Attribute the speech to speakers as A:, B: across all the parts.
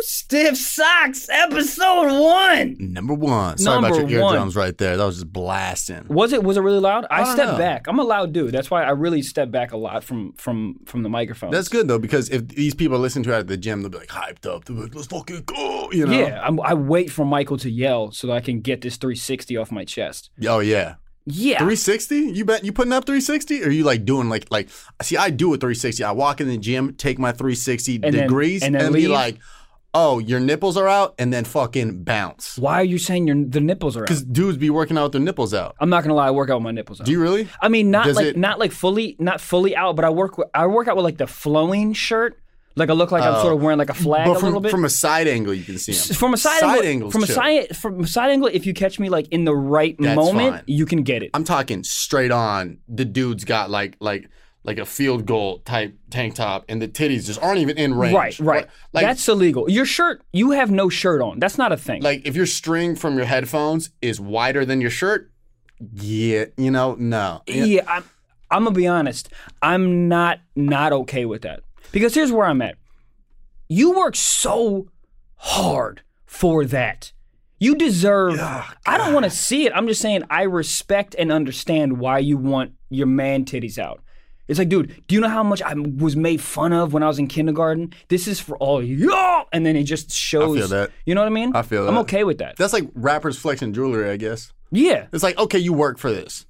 A: Stiff Socks, episode one.
B: Number one. Sorry about
A: Number
B: your
A: one.
B: eardrums right there. That was just blasting.
A: Was it was it really loud? I,
B: don't
A: stepped
B: know.
A: back. I'm a loud dude. That's why I really step back a lot from from from the microphone.
B: That's good though, because if these people listen to it at the gym, they'll be like hyped up. They'll be like, let's fucking go. You know?
A: Yeah, I'm, I wait for Michael to yell so that I can get this 360 off my chest.
B: Oh yeah.
A: Yeah.
B: 360? You bet you putting up 360? Or you like doing like like see I do a 360. I walk in the gym, take my 360
A: And then-
B: degrees
A: and then
B: be
A: leave?
B: like, "Oh, your nipples are out." And then fucking bounce.
A: Why are you saying your the nipples are out?
B: Cuz dudes be working out with their nipples out.
A: I'm not gonna lie, I work out with my nipples out.
B: Do you really?
A: I mean, not
B: Does
A: like
B: it-
A: not like fully not fully out, but I work with, I work out with like the flowing shirt. Like I look like I'm sort of wearing like a flag
B: Oh. But
A: a little
B: from,
A: bit.
B: from a side angle you can see
A: S-
B: them.
A: from a side,
B: side
A: angle,
B: angle's
A: from a
B: chill.
A: side from a side angle, if you catch me like in the right
B: That's
A: moment,
B: fine.
A: you can get it.
B: I'm talking straight on. The dude's got like like like a field goal type tank top, and the titties just aren't even in range.
A: right, right.
B: Like
A: That's illegal. Your shirt, you have no shirt on. That's not a thing.
B: like if your string from your headphones is wider than your shirt, yeah, you know, no.
A: yeah, I'm, I'm gonna be honest. I'm not not okay with that because here's where I'm at. You work so hard for that. You deserve. I don't want to see it. I'm just saying I respect and understand why you want your man titties out. It's like, dude, do you know how much I was made fun of when I was in kindergarten? This is for all y'all, and then it just shows.
B: that.
A: You know what I mean?
B: I feel
A: I'm
B: that.
A: okay with that.
B: That's like rappers flexing jewelry, I guess.
A: yeah.
B: It's like, okay, you work for this.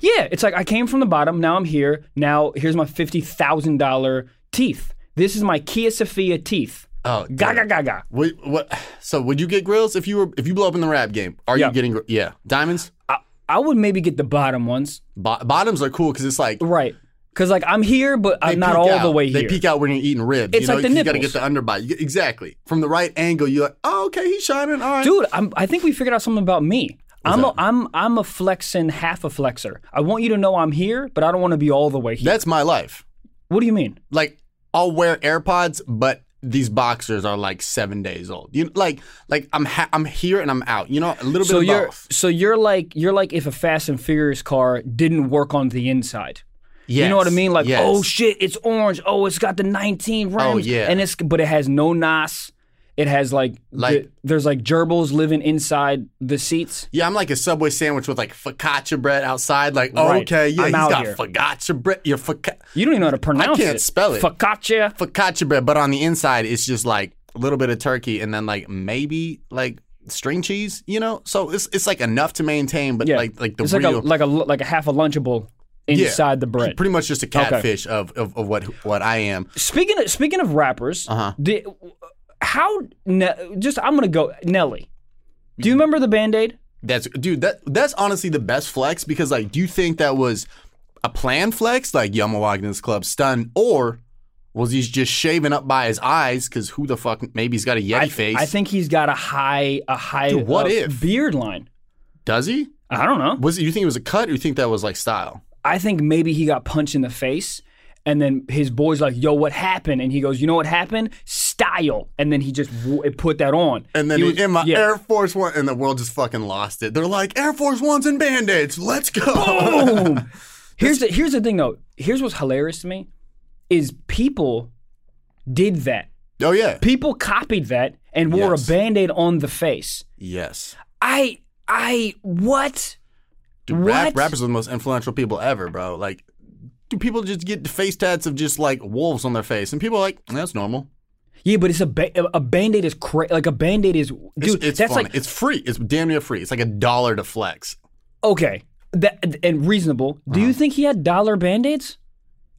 A: Yeah, it's like I came from the bottom. Now I'm here. Now here's my fifty thousand dollar teeth. This is my Kia Sophia teeth.
B: Oh,
A: Gaga
B: dude.
A: gaga.
B: Wait, what? So would you get grills if you were if you blow up in the rap game? Are
A: Yeah.
B: you getting gr- yeah diamonds?
A: I, I would maybe get the bottom ones,
B: Bo- bottoms are cool because it's like
A: right? Because like I'm here, but
B: They
A: I'm not
B: peek
A: all
B: out.
A: the way
B: They
A: here.
B: peek out when you're eating ribs.
A: It's
B: you know,
A: like the
B: you gotta
A: nipples.
B: get the underbite. You- Exactly. From the right angle, you're like, oh, okay, he's shining. All right.
A: Dude, I'm, I think we figured out something about me. I'm a, I'm I'm a flexing half a flexer. I want you to know I'm here, but I don't want to be all the way here.
B: That's my life.
A: what do you mean?
B: Like, I'll wear AirPods, but these boxers are like seven days old. You like, like I'm ha- I'm here and I'm out. You know, a little
A: So
B: bit of
A: you're
B: both.
A: so you're like you're like if a Fast and Furious car didn't work on the inside. You know what I
B: Yes,
A: mean? Like,
B: yes. Oh,
A: oh shit, it's orange. Oh, it's got the 19 rims.
B: yeah.
A: And it's but it has no NOS. It has like,
B: Like-
A: the- there's like gerbils living inside the seats.
B: Yeah, I'm like a Subway sandwich with like focaccia bread outside. Like, oh,
A: Right.
B: okay, yeah,
A: I'm
B: he's
A: out
B: got
A: here.
B: focaccia bread. Your foca-
A: You don't even know how to pronounce it.
B: can't spell it.
A: Focaccia.
B: focaccia bread, but on the inside, it's just like a little bit of turkey and then like maybe like string cheese. You know, so it's it's like enough to maintain, but
A: Yeah.
B: like like the
A: it's like
B: real.
A: a like a like a half a lunchable inside the bread.
B: pretty much just a catfish of, of, of what what I am.
A: Speaking of speaking of rappers, uh-huh. how Ne- just I'm gonna go Nelly. Do you
B: Mm-hmm.
A: remember the Band Aid?
B: That's dude. That that's honestly the best flex because like, do you think that was a planned flex, like yo, I'm gonna walk in this club stunned, or was he just shaving up by his eyes? Because who the fuck? Maybe he's got a yeti
A: I,
B: face.
A: I think he's got a high a high
B: Dude, what
A: uh,
B: if?
A: beard line.
B: Does he?
A: I don't know.
B: Was it, you think it was a cut, or you think that was like style?
A: I think maybe he got punched in the face. And then his boy's like, "Yo, what happened?" And he goes, "You know what happened? Style." And then he just w- it put that on.
B: And then
A: He
B: he-
A: was-
B: in my
A: yeah.
B: Air Force One, and the world just fucking lost it. They're like Air Force Ones and band aids. Let's go.
A: boom. here's the here's the thing though. Here's what's hilarious to me is people did that.
B: oh yeah.
A: People copied that and wore
B: Yes.
A: a band-aid on the face.
B: Yes.
A: I I what?
B: Dude, rap,
A: What?
B: rappers are the most influential people ever, bro. Like, do people just get face tats of just like wolves on their face? And people are like, that's normal.
A: Yeah, but it's a ba- a band-aid is cra- like a band-aid is
B: It's,
A: dude,
B: it's
A: that's
B: fun.
A: like
B: it's free. It's damn near free. It's like a dollar to flex.
A: okay. That and reasonable. Do
B: Uh-huh.
A: you think he had dollar band-aids?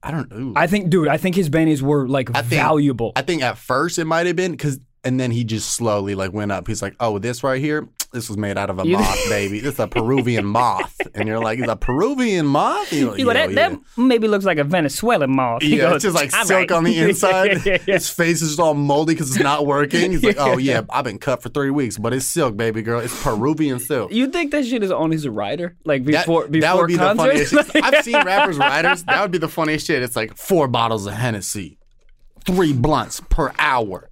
B: I don't know.
A: I think, dude, I think his bandages were like
B: think-
A: valuable.
B: I think at first it might have been because, and then he just slowly like went up. He's like, oh, this right here, this was made out of a moth, baby. This is a Peruvian moth, and you're like, it's a Peruvian moth. You know,
A: You know, that, that maybe looks like a Venezuelan moth. He
B: Yeah,
A: goes,
B: it's just like
A: "All
B: silk
A: right."
B: on the inside.
A: yeah, yeah, yeah.
B: His face is just all moldy because it's not working. He's like, oh yeah, I've been cut for three weeks, but it's silk, baby girl. It's Peruvian silk.
A: You think that shit is on his rider? Like
B: That,
A: before, before
B: that would be
A: concert?
B: the funniest. shit.
A: Like,
B: I've seen rappers riders. That would be the funniest shit. It's like four bottles of Hennessy, three blunts per hour,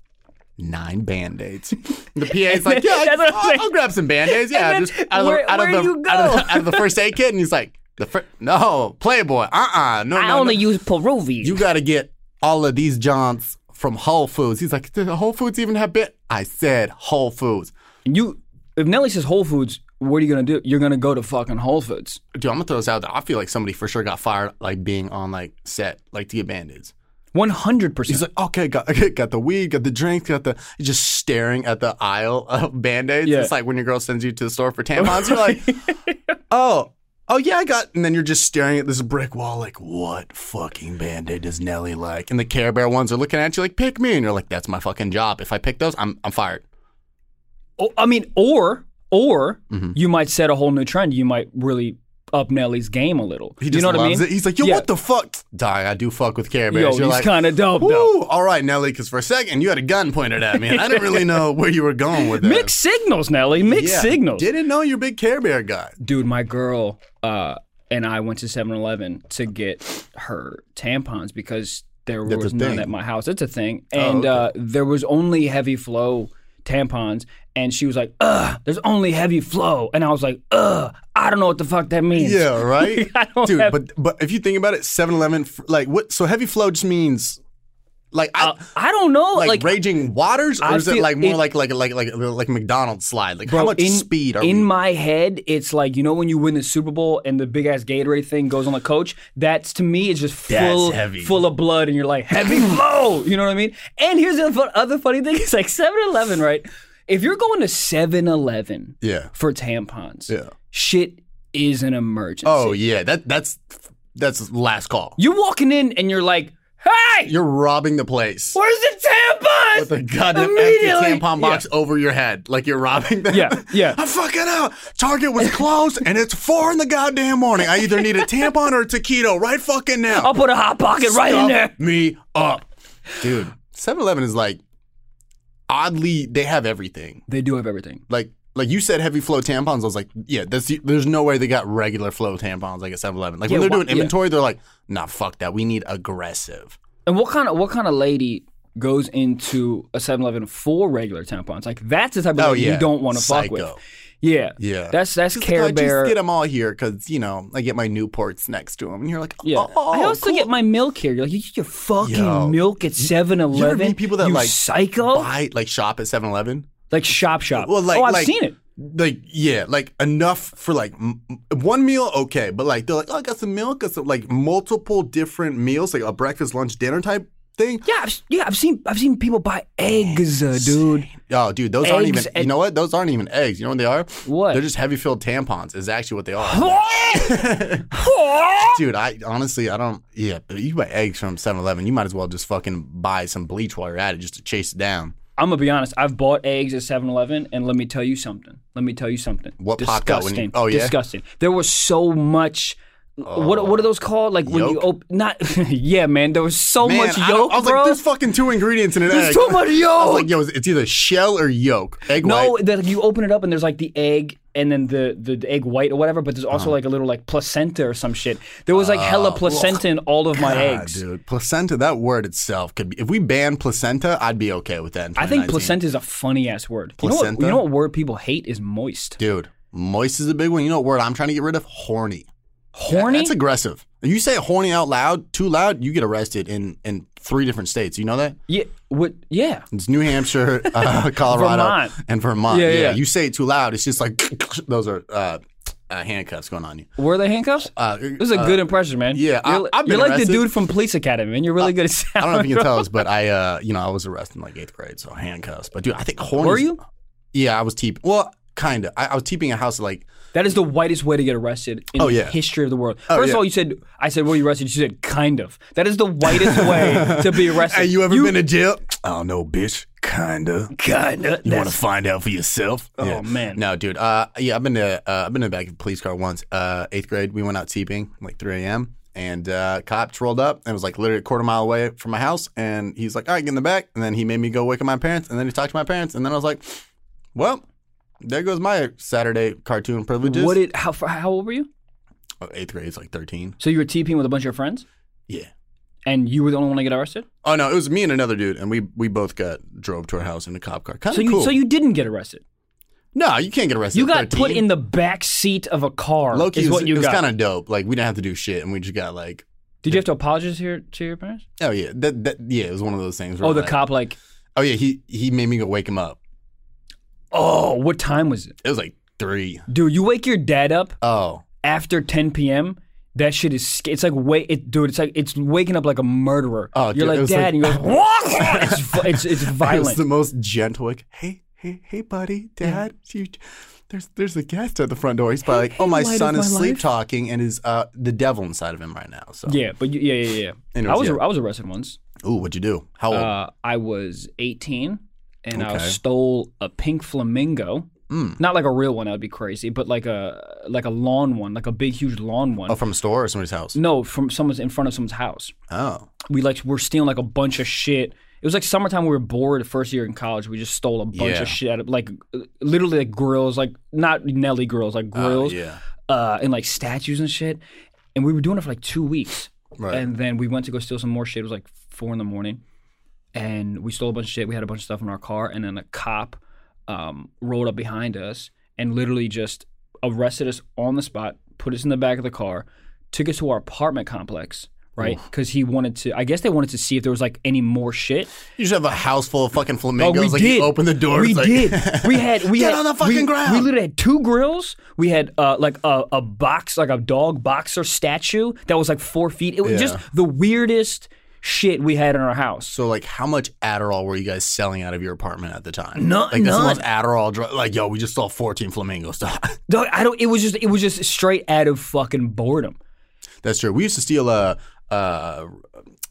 B: nine band aids. The PA's like, yeah,
A: That's what I'm
B: I'll,
A: saying.
B: I'll grab some band aids. Yeah,
A: And then
B: just out of, the-
A: where-
B: out, of
A: where
B: the,
A: you go?
B: out of the out of the first aid kit, and he's like, the fir- no Playboy, uh, uh no,
A: I
B: no,
A: only
B: no.
A: use Peruvian.
B: You got to get all of these Johns from Whole Foods. He's like, "Did Whole Foods even have bit?" I said, "Whole Foods."
A: And you, if Nelly says Whole Foods, what are you gonna do? You're gonna go to fucking Whole Foods.
B: Dude, I'm gonna throw this out there. I feel like somebody for sure got fired, like being on like set, like to get band-aids.
A: One hundred percent.
B: He's like, okay, got got the weed, got the drinks, got the he's just staring at the aisle of band aids.
A: Yeah.
B: It's like when your girl sends you to the store for tampons. You're like, oh, oh yeah, I got. And then you're just staring at this brick wall, like, what fucking band aid does Nelly like? And the Care Bear ones are looking at you like, pick me, and you're like, that's my fucking job. If I pick those, I'm I'm fired.
A: Oh, I mean, or or
B: Mm-hmm.
A: you might set a whole new trend. You might really up Nelly's game a little.
B: He
A: you
B: just
A: know what I
B: loves
A: mean?
B: it. He's like, yo,
A: Yeah.
B: what the fuck? Die, I do fuck with Care Bears.
A: Yo,
B: You're
A: he's
B: like,
A: kind of dope though.
B: Woo, all right, Nelly, because for a second you had a gun pointed at me, and I didn't really know where you were going with that.
A: Mixed signals, Nelly. Mixed
B: Yeah,
A: signals.
B: Didn't know you're a big Care Bear guy.
A: Dude, my girl uh, and I went to 7-Eleven to get her tampons because there
B: That's a
A: was none
B: thing. Oh,
A: at my house. It's a thing. And
B: okay.
A: uh, there was only heavy flow tampons. And she was like, ugh, there's only heavy flow. And I was like, ugh, I don't know what the fuck that means.
B: Yeah, right.
A: I don't
B: Dude,
A: have-
B: but but if you think about it, 7-Eleven, f- like what? So heavy flow just means like I,
A: Uh, I don't know.
B: like,
A: Like,
B: raging waters, or
A: I
B: is it
A: feel
B: like more
A: it-
B: like like like like like McDonald's slide? Like how
A: Bro,
B: much
A: in-
B: speed are
A: in
B: we?
A: my head, it's like, you know, when you win the Super Bowl and the big ass Gatorade thing goes on the coach, that's to me, it's just
B: That's
A: full,
B: heavy.
A: full of blood, and you're like, heavy flow. You know what I mean? And here's the fu- other funny thing it's like 7 Eleven, right? If you're going to 7 Eleven
B: yeah,
A: for tampons,
B: yeah.
A: shit is an emergency.
B: Oh yeah, that that's that's last call.
A: You're walking in and you're like, hey,
B: You're robbing the place.
A: where's the tampons?
B: With a goddamn empty
A: Immediately-
B: tampon box over your head, like you're robbing them.
A: Yeah, yeah.
B: I'm fucking out. Target was closed, and it's four in the goddamn morning. I either need a tampon or a taquito right fucking now.
A: I'll put a hot pocket right in
B: Stuff
A: there.
B: Me up. Dude, 7 Eleven is like oddly, they have everything.
A: They do have everything.
B: Like, like you said, heavy flow tampons. I was like, yeah, that's, there's no way they got regular flow tampons like at 7 Eleven. Like,
A: Yeah,
B: when they're
A: wha-
B: doing
A: yeah.
B: inventory, they're like, nah, fuck that. We need aggressive.
A: And what kind of what kind of lady goes into a 7-Eleven for regular tampons? Like that's the type of
B: Oh,
A: lady
B: yeah.
A: you don't want to fuck with.
B: Psycho.
A: Yeah,
B: Yeah.
A: That's that's
B: Just,
A: Care
B: like, "Oh, I
A: Bear.
B: just get them all here because, you know, I get my Newports next to them. And you're like,
A: yeah.
B: oh, oh
A: I also
B: cool.
A: get my milk here. You're like, you get your fucking
B: Yo.
A: milk at 7-Eleven.
B: You ever meet people that,
A: you
B: like,
A: psycho?
B: buy, like, shop at 7 Eleven?
A: like shop shop.
B: Well, like,
A: oh, I've
B: like,
A: seen it.
B: Like, yeah, like enough for like m- m- one meal, okay, but like they're like, oh, I got some milk, got some like multiple different meals, like a breakfast, lunch, dinner type thing.
A: Yeah, I've, yeah, I've seen I've seen people buy eggs, uh, dude.
B: Oh, dude, those aren't
A: Eggs
B: even. you
A: and-
B: know what? Those aren't even eggs. You know what they are?
A: What?
B: They're just heavy filled tampons. Is actually what they are. Dude, I honestly, I don't. Yeah, but you buy eggs from 7-Eleven, you might as well just fucking buy some bleach while you're at it, just to chase it down.
A: I'm gonna be honest. I've bought eggs at 7-Eleven, and let me tell you something. Let me tell you something.
B: What
A: disgusting?
B: popped out when you- oh, yeah?
A: disgusting. There was so much. What what are those called? Like when you
B: Yolk?
A: open? Not yeah, man. There was so
B: Man,
A: much
B: I don't-
A: yolk,
B: I was
A: bro.
B: like, there's fucking two ingredients in an
A: There's
B: egg.
A: too much
B: I was
A: yolk.
B: like, yo, it's either shell or yolk. Egg white.
A: no, that you open it up and there's like the egg and then the, the, the egg white or whatever, but there's
B: Uh-huh.
A: also like a little like placenta or some shit. There was like hella placenta in all of my
B: Oh, God,
A: eggs.
B: Ah, dude. Placenta, that word itself could be. If we ban placenta, I'd be okay with that. in
A: I think
B: 2019.
A: placenta is a funny ass word. You know, what,
B: Placenta?
A: you know what word people hate is moist.
B: Dude, moist is a big one. You know what word I'm trying to get rid of? Horny.
A: Horny.
B: That's aggressive. If you say horny out loud, too loud, you get arrested in, in three different states. You know that?
A: yeah. What? Yeah.
B: It's New Hampshire, uh, Colorado,
A: Vermont.
B: and Vermont.
A: Yeah, yeah, yeah.
B: You say it too loud, it's just like those are uh, uh, handcuffs going on you.
A: Were they handcuffs?
B: Uh,
A: It was a good impression, man.
B: yeah, I-
A: you're,
B: I've been
A: you're like the
B: arrested.
A: dude from Police Academy, man. You're really good at
B: I
A: sound.
B: don't know if you can tell us, but I, uh, you know, I was arrested in like eighth grade, so handcuffs. But dude, I think horny.
A: Were
B: is-
A: you?
B: Yeah, I was teeping. Well, kind of. I, I was teeping a house like
A: That is the whitest way to get arrested in
B: Oh,
A: the
B: yeah. Oh,
A: history of the world. First
B: yeah.
A: of all, you said, I said, were you arrested? You said, kind of. That is the whitest way to be arrested.
B: Hey, you ever been to jail? Oh no, bitch. Kinda.
A: Kinda.
B: You want to
A: That's-
B: find out for yourself?
A: Oh, man.
B: No, dude. Uh, yeah, I've been to uh, I've been in the back of a police car once. Uh, eighth grade, we went out teeping like 3 a.m. and uh, cops rolled up and it was like literally a quarter mile away from my house. And he's like, "All right, get in the back." And then he made me go wake up my parents. And then he talked to my parents. And then I was like, "Well, there goes my Saturday cartoon privileges."
A: What did, how, far- how old were you?
B: Oh, eighth grade is like 13.
A: So you were TPing with a bunch of your friends
B: Yeah.
A: and you were the only one to get arrested?
B: Oh no, it was me and another dude, and we we both got drove to our house in a cop car. Kind of
A: So you,
B: cool.
A: so you didn't get arrested.
B: no, you can't get arrested.
A: You
B: at
A: got put
B: 13.
A: in the back seat of a car.
B: Loki
A: is
B: was,
A: what you
B: it was
A: got.
B: kind of dope. Like we didn't have to do shit, and we just got like
A: Did you have to apologize to your, to your parents?
B: Oh yeah, that, that yeah, it was one of those things. where
A: Oh, the
B: like-
A: cop like,
B: Oh yeah, he he made me go wake him up.
A: oh, what time was it,
B: It was like three.
A: dude? You wake your dad up
B: Oh,
A: after 10 p.m. That shit is. sc- It's like wait, it, dude. It's like it's waking up like a murderer.
B: Oh,
A: you're
B: dude, it
A: like
B: was
A: dad,
B: like-
A: and you're like, "Wah!" it's, vi- it's it's
B: it was
A: violent.
B: the most gentle. Like, hey, hey, hey, buddy, dad, you, there's there's a guest at the front door. He's probably like, oh, my
A: light of
B: son is
A: my
B: sleep
A: life."
B: talking and is uh the devil inside of him right now. So
A: yeah, but you, yeah, yeah, yeah.
B: Anyways,
A: I was
B: yeah.
A: I was arrested once.
B: Ooh, what'd you do? How old?
A: Uh, I was 18, and I
B: Okay.
A: stole a pink flamingo.
B: Mm.
A: Not like a real one. That would be crazy, but like a like a lawn one, like a big huge lawn one.
B: oh, from a store or somebody's house?
A: No, from someone's in front of someone's house.
B: Oh,
A: we like were stealing like a bunch of shit. It was like summertime. We were bored the first year in college. We just stole a bunch
B: Yeah.
A: of shit out of like uh, literally like grills, like not Nelly grills, like
B: Oh,
A: grills,
B: yeah,
A: uh, and like statues and shit. And we were doing it for like two weeks.
B: right.
A: And then we went to go steal some more shit. It was like four in the morning, and we stole a bunch of shit. We had a bunch of stuff in our car, and then a cop um, rolled up behind us and literally just arrested us on the spot, put us in the back of the car, took us to our apartment complex, right? Because he wanted to. I guess they wanted to see if there was like any more shit.
B: you just have a house full of fucking
A: Oh,
B: flamingos.
A: we
B: like
A: did.
B: you open the door.
A: We
B: it's like,
A: did. We had. We
B: Get
A: had,
B: on the fucking
A: we,
B: ground.
A: We literally had two grills. We had uh, like a, a box, like a dog boxer statue that was like four feet. It was
B: Yeah.
A: just the weirdest shit we had in our house.
B: So like, how much Adderall were you guys selling out of your apartment at the time?
A: None-
B: Like that's the
A: none.
B: most Adderall drug. Like, yo, we just saw 14 flamingos.
A: Dog, I don't. It was just. It was just straight out of fucking boredom.
B: that's true. We used to steal a, uh,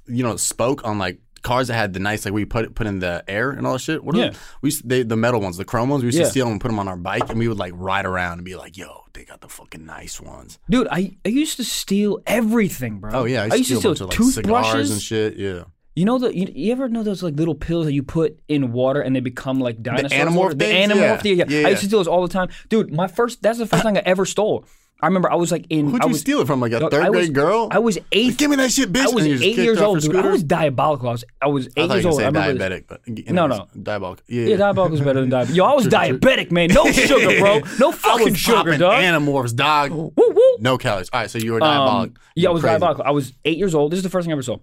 B: you know, spoke on like cars that had the nice like we put put in the air and all that shit. What are
A: Yeah.
B: they- we used to, they, the metal ones, the chrome ones. We used
A: Yeah.
B: to steal them and put them on our bike, and we would like ride around and be like, yo, they got the fucking nice ones.
A: Dude, I, I used to steal everything, bro.
B: Oh yeah,
A: I used to steal,
B: a bunch of, like,
A: toothbrushes
B: cigars and shit. Yeah.
A: You know the you, you ever know those like little pills that you put in water and they become like dinosaurs?
B: Animorph
A: the
B: things?
A: Animorph
B: Yeah.
A: yeah.
B: Yeah,
A: I
B: yeah.
A: used to steal those all the time, dude. My first that's the first thing I ever stole. I remember I was like in
B: Who'd
A: I
B: you
A: was,
B: steal it from? Like a
A: dog,
B: third
A: I was-
B: grade girl?
A: I was eight.
B: Give me that shit, bitch.
A: I was
B: And you just
A: eight
B: kicked
A: years
B: off her
A: old, dude. I
B: scooter?
A: was diabolical. I was I was
B: I
A: eight
B: thought
A: years
B: you were
A: old. I
B: gonna say
A: remember this.
B: diabetic, but anyways,
A: No, no.
B: diabolical.
A: Yeah, diabolical is better than diabetic. Yo, I was diabetic, man. No sugar, bro. No
B: I
A: fucking
B: was
A: sugar,
B: popping
A: dog.
B: Animorphs, dog.
A: woo woo.
B: No calories. All right, so you were
A: Um,
B: diabolic.
A: yeah, I was
B: Crazy.
A: diabolical. I was eight years old. This is the first thing I ever saw.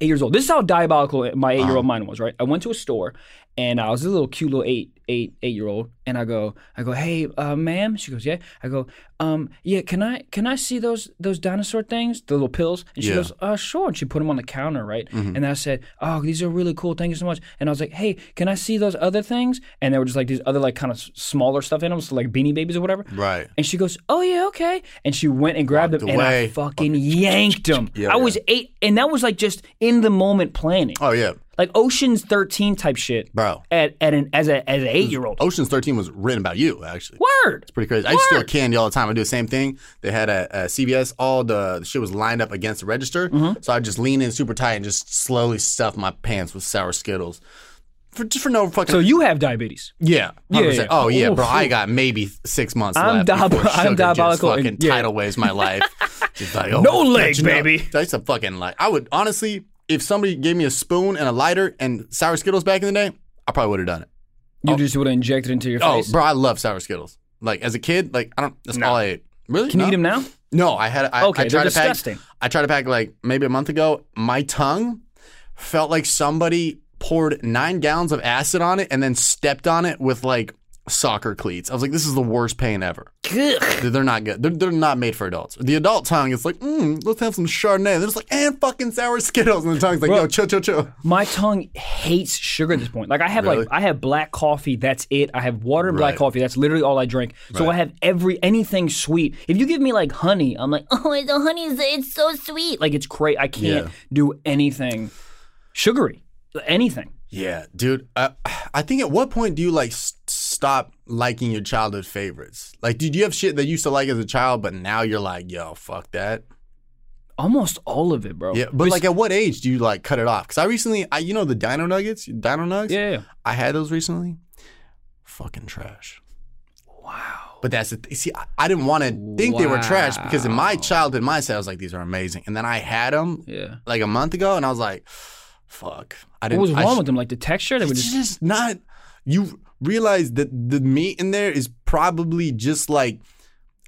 A: Eight years old. This is how diabolical my eight year
B: Uh-huh.
A: old mind was. Right. I went to a store and I was a little cute little eight eight eight year old, and I go I go hey uh, ma'am. She goes yeah. I go um yeah can I can I see those those dinosaur things the little pills? And she
B: Yeah. Mm-hmm.
A: goes uh sure. And she put them on the counter right. And I said oh these are really cool. Thank you so much. And I was like hey can I see those other things? And there were just like these other like kind of smaller stuff in them, so like beanie babies or whatever.
B: Right.
A: And she goes, "Oh yeah, okay." And she went and grabbed him, and I
B: away.
A: fucking yanked him.
B: Yeah,
A: I
B: yeah.
A: was eight, and that was like just in the moment planning,
B: Oh yeah,
A: like Ocean's Thirteen type shit,
B: bro.
A: At, at an as a as an eight year old.
B: Ocean's Thirteen was written about you, actually.
A: Word.
B: Pretty crazy. I used to steal
A: Word.
B: candy all the time. I do the same thing. They had a, a CVS. All the, the shit was lined up against the register,
A: Mm-hmm.
B: so I would just lean in super tight and just slowly stuff my pants with sour Skittles, for just for no fucking
A: So you have diabetes.
B: Yeah,
A: Yeah,
B: 100%.
A: yeah.
B: Oh yeah,
A: Oof,
B: bro. I
A: oof.
B: got maybe six months
A: I'm
B: left. before
A: diab- I'm
B: sugar just
A: diabolical and-
B: Fucking
A: yeah.
B: tidal waves my life. Just like, oh,
A: No
B: catching
A: leg,
B: up.
A: baby.
B: I used to fucking like. I would honestly, if somebody gave me a spoon and a lighter and sour Skittles back in the day, I probably would have done it.
A: You just would have injected into your
B: Oh,
A: face.
B: bro, I love sour Skittles. Like as a kid, like I don't. That's all I ate. Really?
A: Can
B: no?
A: you eat them now?
B: No, I had. I,
A: Okay,
B: I
A: they're
B: tried to pack.
A: disgusting.
B: I tried to pack like maybe a month ago. My tongue felt like somebody poured nine gallons of acid on it and then stepped on it with like soccer cleats. I was like, this is the worst pain ever.
A: Ugh.
B: They're- They're not good. They're, they're not made for adults. The adult tongue is like, mm, let's have some Chardonnay. They're just like, and fucking sour Skittles. And the tongue's like, yo, chill, chill, chill.
A: My tongue hates sugar at this point. Like I have like
B: Really?
A: I have black coffee, that's it. I have water and black
B: Right.
A: coffee, that's literally all I drink. So I have every anything sweet. If you give me like honey, I'm like, "Oh, the honey is it's so sweet." Like it's great. I can't
B: Yeah.
A: do anything sugary. Anything.
B: Yeah, dude. I, I think at what point do you like s- stop liking your childhood favorites? Like, did you have shit that you used to like as a child, but now you're like, yo, fuck that?
A: Almost all of it, bro.
B: Yeah, but like, at what age do you like cut it off? Because I recently, I you know the Dino Nuggets, Dino Nugs.
A: yeah. yeah.
B: I had those recently. Fucking trash. Wow. But that's the th- see, I, I didn't want to think they were trash because in my childhood mindset, I was like, these are amazing, and then I had them
A: Yeah.
B: like a month ago, and I was like, fuck, I
A: What
B: didn't.
A: was
B: I
A: wrong
B: sh-
A: with them? Like the texture, they were
B: It's
A: just
B: just not. You realize that the meat in there is probably just like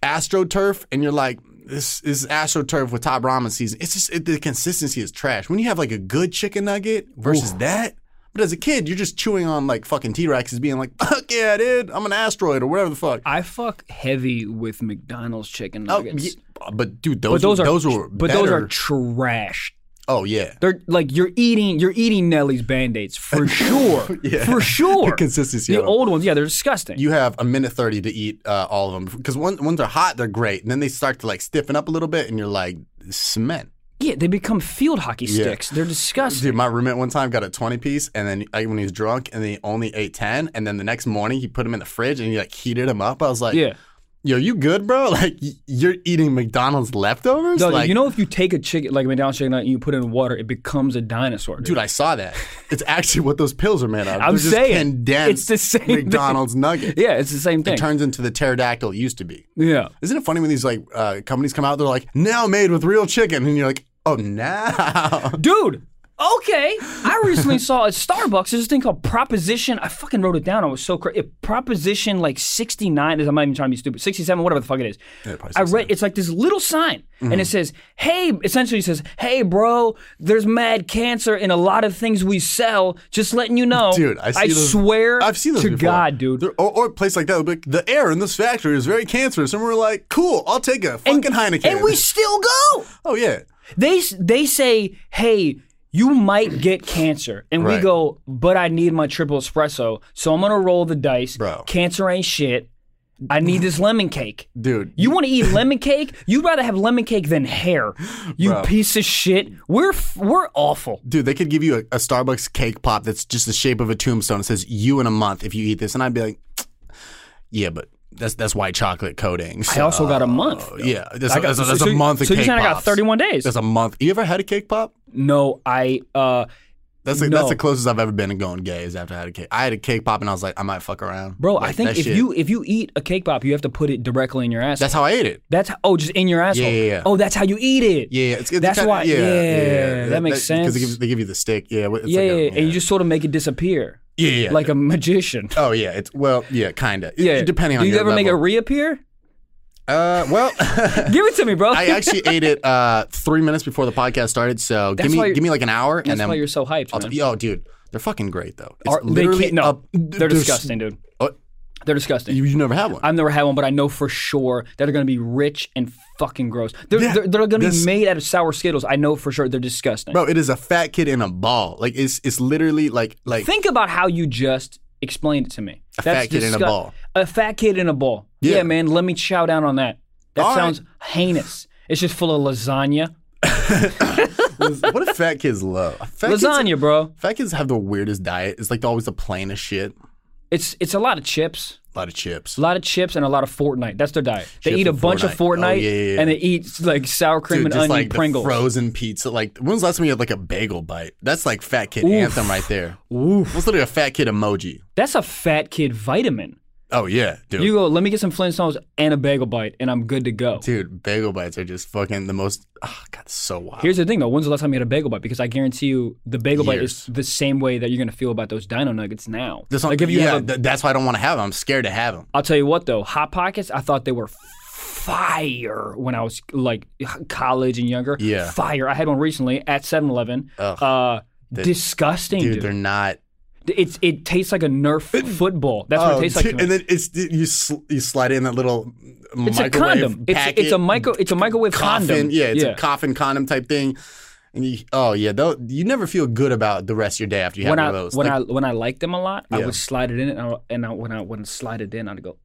B: astroturf, and you're like, this this AstroTurf with Top Ramen season. It's just it, the consistency is trash. When you have like a good chicken nugget versus that, but as a kid, you're just chewing on like fucking T Rexes, being like, "Fuck yeah, dude, I'm an asteroid or whatever the fuck."
A: I fuck heavy with McDonald's chicken
B: Oh,
A: nuggets.
B: yeah, but dude,
A: But
B: those
A: those are
B: those were
A: but those are
B: better.
A: trash.
B: oh yeah.
A: They're like you're eating you're eating Nelly's band-aids for sure.
B: Yeah.
A: For sure.
B: The consistency
A: The
B: of 'em.
A: old ones, yeah, they're disgusting.
B: you have a minute 30 to eat uh, all of them because when, when they're hot they're great and then they start to like stiffen up a little bit and you're like cement
A: yeah, they become field hockey sticks. They're disgusting.
B: dude my roommate one time got a 20 piece and then like, when he was drunk and he only ate 10 and then the next morning he put them in the fridge and he like heated them up i was like
A: yeah.
B: yo you good bro like y- you're eating mcdonald's leftovers
A: No,
B: like
A: you know if you take a chicken like a McDonald's chicken nugget and you put it in water, it becomes a dinosaur.
B: Dude, I saw that. It's actually what those pills are made of.
A: I'm
B: They're just
A: saying,
B: condensed
A: it's the same thing.
B: McDonald's nugget.
A: Yeah, it's the same thing.
B: It turns into the pterodactyl it used to be.
A: yeah.
B: Isn't it funny when these like uh, companies come out? They're like now made with real chicken, and you're like, oh now.
A: Dude, okay. I recently saw at Starbucks there's this thing called Proposition. I fucking wrote it down. I was so crazy. Proposition like 69. I'm not even trying to be stupid. 67, whatever the fuck it is.
B: probably Mm-hmm.
A: I read. It's like this little sign, and it says, "Hey." Essentially, it says, "Hey, bro. There's mad cancer in a lot of things we sell. Just letting you know,
B: Dude, I see those-
A: Oh, swear,
B: I've seen those
A: to
B: before.
A: God, dude.
B: They're- Or, or a place like that. they'll be Like, the air in this factory is very cancerous, and we're like, cool, I'll take a fucking Heineken.
A: and we still go.
B: oh yeah,
A: They they say, "Hey, you might get cancer," and we
B: Right.
A: go, "But I need my triple espresso, so I'm gonna roll the dice.
B: Bro.
A: Cancer ain't shit. I need this lemon cake."
B: dude.
A: You want to eat lemon cake? You'd rather have lemon cake than hair. You
B: Bro.
A: piece of shit. We're f- we're awful.
B: Dude, they could give you a, a Starbucks cake pop that's just the shape of a tombstone. It says "you in a month" if you eat this, and I'd be like, yeah, but that's that's white chocolate coating.
A: I also got a month.
B: yeah, that's,
A: I got-
B: that's, that's
A: so-
B: a month of
A: So you
B: cake
A: saying I got
B: pops.
A: 31 days?
B: That's a month. You ever had a cake pop?
A: No, I uh
B: That's the,
A: No.
B: that's the closest I've ever been to going gay is after I had a cake. I had a cake pop and I was like, I might fuck around.
A: bro,
B: Like,
A: I think
B: that
A: if
B: shit-
A: you if you eat a cake pop, you have to put it directly in your ass.
B: that's how I ate it.
A: That's how, oh, just in your asshole.
B: yeah, yeah.
A: Oh, that's how you eat it.
B: Yeah, yeah, it's, it's
A: That's
B: kinda-
A: why-
B: Yeah,
A: yeah, that makes
B: Because
A: sense.
B: they, give- they give you the stick. Yeah, it's
A: yeah,
B: like
A: yeah,
B: a,
A: and you just sort of make it disappear,
B: yeah, yeah,
A: like a magician.
B: oh yeah, it's well, yeah, kind of.
A: Yeah,
B: depending on
A: Do you
B: your
A: ever make it
B: level.
A: reappear?
B: Uh, well.
A: Give it to me, bro.
B: I actually ate it uh, three minutes before the podcast started, so
A: That's
B: give
A: why
B: me
A: you're-
B: give me like an hour, and
A: That's
B: then
A: why you're so hyped,
B: I'll
A: man.
B: t- yo, dude, they're fucking great though. It's
A: Are- they
B: literally
A: can't- no,
B: up-
A: they're
B: there's-
A: disgusting, dude.
B: Uh,
A: They're disgusting.
B: You, you never had one.
A: I've never had one, but I know for sure that they're going to be rich and fucking gross. They're
B: Yeah,
A: they're, they're going to be
B: this-
A: made out of sour Skittles. I know for sure they're disgusting.
B: Bro, it is a fat kid in a ball. Like it's it's literally like like
A: Think about how you just explained it to me. A
B: fat kid in a ball.
A: A fat kid in a ball. Yeah,
B: Yeah.
A: man. Let me chow down on that. That
B: All right.
A: sounds heinous. It's just full of lasagna.
B: what do fat kids love? Fat Kids,
A: Lasagna, bro.
B: fat kids have the weirdest diet. It's like always the plainest shit.
A: It's it's a lot of chips,
B: A lot of chips.
A: a lot of chips, and a lot of Fortnite. That's their diet. They
B: Chips
A: eat a
B: and
A: bunch of
B: Fortnite. Oh,
A: Fortnite,
B: yeah, yeah, yeah.
A: and they eat like sour cream
B: Dude,
A: and
B: just
A: onion
B: like the
A: Pringles.
B: frozen pizza. Like when was the last time you had like a bagel bite? That's like fat kid anthem right there.
A: Oof.
B: That's literally a fat kid emoji.
A: That's a fat kid vitamin.
B: Oh yeah, dude.
A: You go. Let me get some Flintstones and a bagel bite, and I'm good to go.
B: Dude, bagel bites are just fucking the most. Oh, God, it's so wild.
A: Here's the thing, though. When's the last time you had a bagel bite? Because I guarantee you, the bagel bite is the same way that you're gonna feel about those Dino Nuggets now.
B: That's not-
A: if you
B: yeah,
A: have a-
B: th- that's why I don't want to have them. I'm scared to have them.
A: I'll tell you what, though, Hot Pockets. I thought they were fire when I was like college and younger.
B: Yeah.
A: fire. I had one recently at 7-Eleven. Uh, disgusting,
B: Dude,
A: dude.
B: they're not.
A: It's it tastes like a Nerf football. That's what it tastes like.
B: Oh, dude,
A: To
B: and
A: me.
B: then it's you sl- you slide in that little
A: It's a condom. It's, it's a micro. It's a microwave
B: coffin.
A: condom.
B: Yeah, it's a coffin condom type thing. And you, oh yeah, though you never feel good about the rest of your day after you
A: when
B: have
A: I
B: one of those.
A: when
B: Like,
A: I when I liked them a lot, I
B: Yeah.
A: would slide it in, and, I, and I, when I when I slide it in, I'd go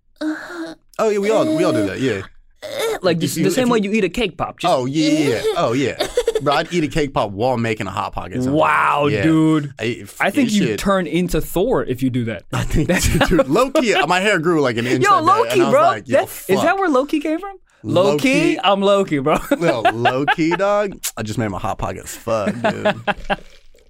B: oh yeah, we all we all do that. Yeah.
A: "Eh," like this,
B: you-
A: the
B: if
A: same way you eat a cake pop. Just,
B: Oh yeah, yeah, yeah. Oh yeah. Bro, I'd eat a cake pop while making a hot pocket. sometimes.
A: wow,
B: Yeah.
A: dude!
B: I, if-
A: I think
B: you
A: you
B: should-
A: turn into Thor if you do that.
B: I think dude, Loki. My hair grew like an inch.
A: Yo,
B: that day,
A: Loki,
B: and I was
A: bro.
B: Like, Yo,
A: That- is that
B: fuck.
A: where Loki came from?
B: Low-key.
A: Loki, I'm Loki, bro.
B: Yo, low key, dog. I just made my hot pockets fuck, dude. I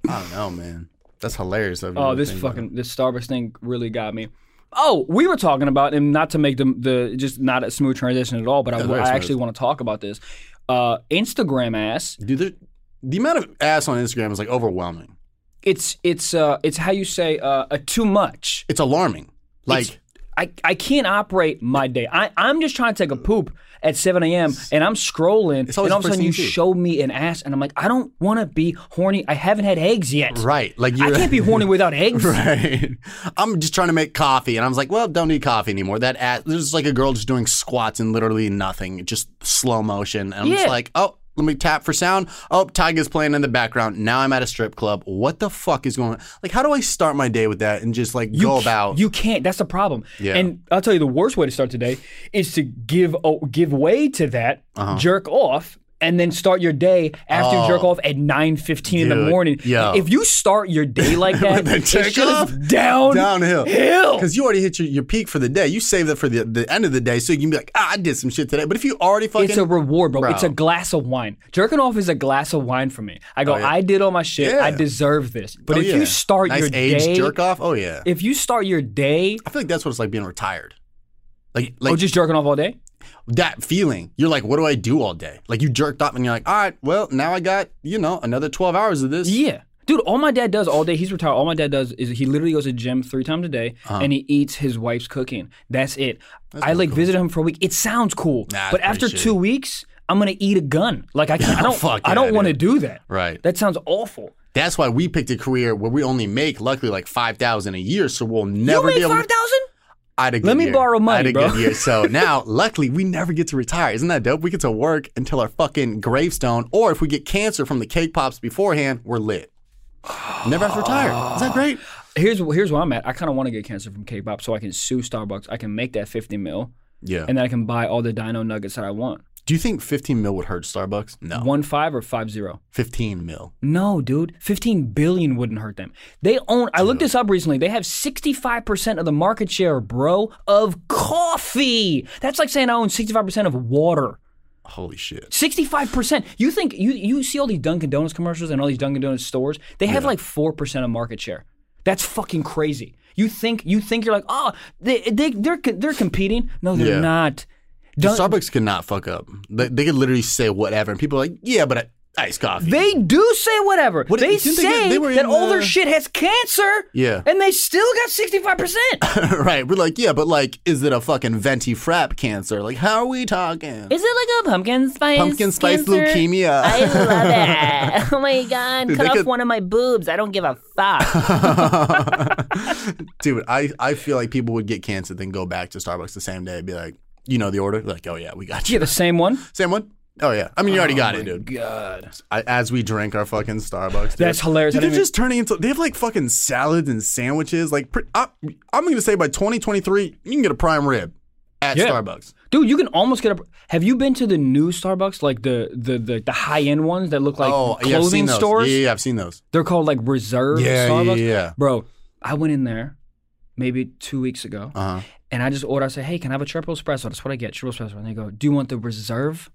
B: don't know, man. That's hilarious. of you
A: Oh,
B: to
A: this
B: think
A: fucking this Starbucks thing really got me. Oh, we were talking about, and not to make the the just not a smooth transition at all, but I,
B: very
A: I
B: smooth.
A: actually want to talk about this. Uh, Instagram ass.
B: about it. dude. there- The amount of ass on Instagram is like overwhelming.
A: It's it's uh it's how you say uh, a too much.
B: It's alarming. Like,
A: I, I can't operate my day. I, I'm just trying to take a poop, at 7 a.m. and I'm scrolling, and
B: always
A: all of a
B: the first
A: sudden you
B: thing you do.
A: show me an ass, and I'm like, I don't want to be horny. I haven't had eggs yet.
B: Right. Like
A: I
B: you're
A: can't be horny without eggs.
B: Right. I'm just trying to make coffee, and I was like, "Well, don't need coffee anymore." That ad, there's like a girl just doing squats and literally nothing, just slow motion, and I'm
A: Yeah.
B: just like, "Oh, let me tap for sound." Oh, Tyga's playing in the background. Now I'm at a strip club. What the fuck is going? on? Like, how do I start my day with that and just like go about?
A: You can't. That's the problem.
B: Yeah.
A: And I'll tell you, the worst way to start today is to give o- give way to that,
B: Uh-huh.
A: jerk off, and then start your day after you jerk off at nine fifteen in the
B: Oh. Dude,
A: morning.
B: yo.
A: If you start your day like that,
B: a
A: it
B: jerk
A: shit is
B: off?
A: down
B: Downhill.
A: hill.
B: because you already hit your, your peak for the day. You save that for the, the end of the day, so you can be like, ah, I did some shit today. But if you already fucking,
A: It's a reward, bro.
B: Bro.
A: It's a glass of wine. Jerking off is a glass of wine for me. I go, I did all my shit. I
B: Oh, Yeah.
A: deserve this. But
B: Oh,
A: if
B: yeah.
A: you start
B: nice
A: your
B: age
A: day,
B: jerk off, oh yeah,
A: if you start your day,
B: I feel like that's what it's like being retired. Like, like
A: oh, just jerking off all day.
B: that feeling. You're like, what do I do all day? Like you jerked up and you're like, all right, well now I got you know another twelve hours of this.
A: Yeah. Dude, all my dad does all day, he's retired. All my dad does is he literally goes to the gym three times a day
B: Uh-huh.
A: and he eats his wife's cooking. That's it. I like visited him for a week. It sounds cool.
B: Nah,
A: but
B: it's pretty
A: after
B: shitty.
A: two weeks, I'm gonna eat a gun. Like I can't I don't
B: fuck
A: I
B: yeah,
A: don't wanna do
B: dude.
A: that.
B: Right.
A: That sounds awful.
B: That's why we picked a career where we only make luckily like five thousand a year, so we'll
A: You
B: never
A: made
B: be able.
A: five
B: to
A: thousand?
B: I had a good
A: Let me
B: year.
A: borrow money,
B: I had a
A: bro.
B: good year. So now, luckily, we never get to retire. Isn't that dope? We get to work until our fucking gravestone, or if we get cancer from the cake pops beforehand, we're lit. Never have to retire. Is that great?
A: Here's here's where I'm at. I kinda wanna get cancer from K pop so I can sue Starbucks. I can make that fifty mil
B: Yeah.
A: and then I can buy all the dino nuggets that I want.
B: Do you think 15 mil would hurt Starbucks? No.
A: One five or five zero?
B: 15 mil.
A: No, dude. 15 billion wouldn't hurt them. They own, I looked this up recently, they have 65% of the market share, bro, of coffee. That's like saying I own 65% of water.
B: Holy shit.
A: 65%. You think, you, you see all these Dunkin' Donuts commercials and all these Dunkin' Donuts stores, they have like 4% of market share. That's fucking crazy. You think, you think you're like, oh, they, they, they're, co- they're competing. No, they're
B: Yeah.
A: not. Dun-
B: Starbucks could not fuck up. They, they could literally say whatever, and people are like, "Yeah, but I, iced coffee."
A: They do say whatever. they
B: didn't
A: say
B: they get- they were
A: that
B: in
A: all their
B: the-
A: shit has cancer.
B: Yeah.
A: And they still got 65%.
B: right? We're like, "Yeah, but like, is it a fucking venti frap cancer? Like, how are we talking?"
A: Is it like a pumpkin spice?
B: Pumpkin spice leukemia.
C: I love it. Oh my god,
B: they
C: cut off
B: could-
C: one of my boobs. I don't give a fuck.
B: Dude, I I feel like people would get cancer, then go back to Starbucks the same day and be like, "You know the order?" Like, "Oh yeah, we got you."
A: Yeah, the same one.
B: Same one. Oh yeah, I mean you already got it, dude.
A: God.
B: I, as we drink our fucking Starbucks, dude.
A: That's hilarious. I
B: Dude, they're
A: didn't even-
B: just turning into. They have like fucking salads and sandwiches. Like, pre- I, I'm gonna say by 2023, you can get a prime rib at
A: Yeah.
B: Starbucks.
A: Dude, you can almost get a. Have you been to the new Starbucks, like the the the, the high end ones that look like
B: Oh, yeah, I've
A: clothing
B: seen those.
A: stores?
B: Yeah, yeah, I've seen those.
A: They're called like reserved
B: Yeah, yeah,
A: Starbucks.
B: yeah.
A: Bro, I went in there maybe two weeks ago,
B: Uh-huh.
A: and I just ordered. I said, "Hey, can I have a triple espresso?" That's what I get, triple espresso. And they go, "Do you want the reserve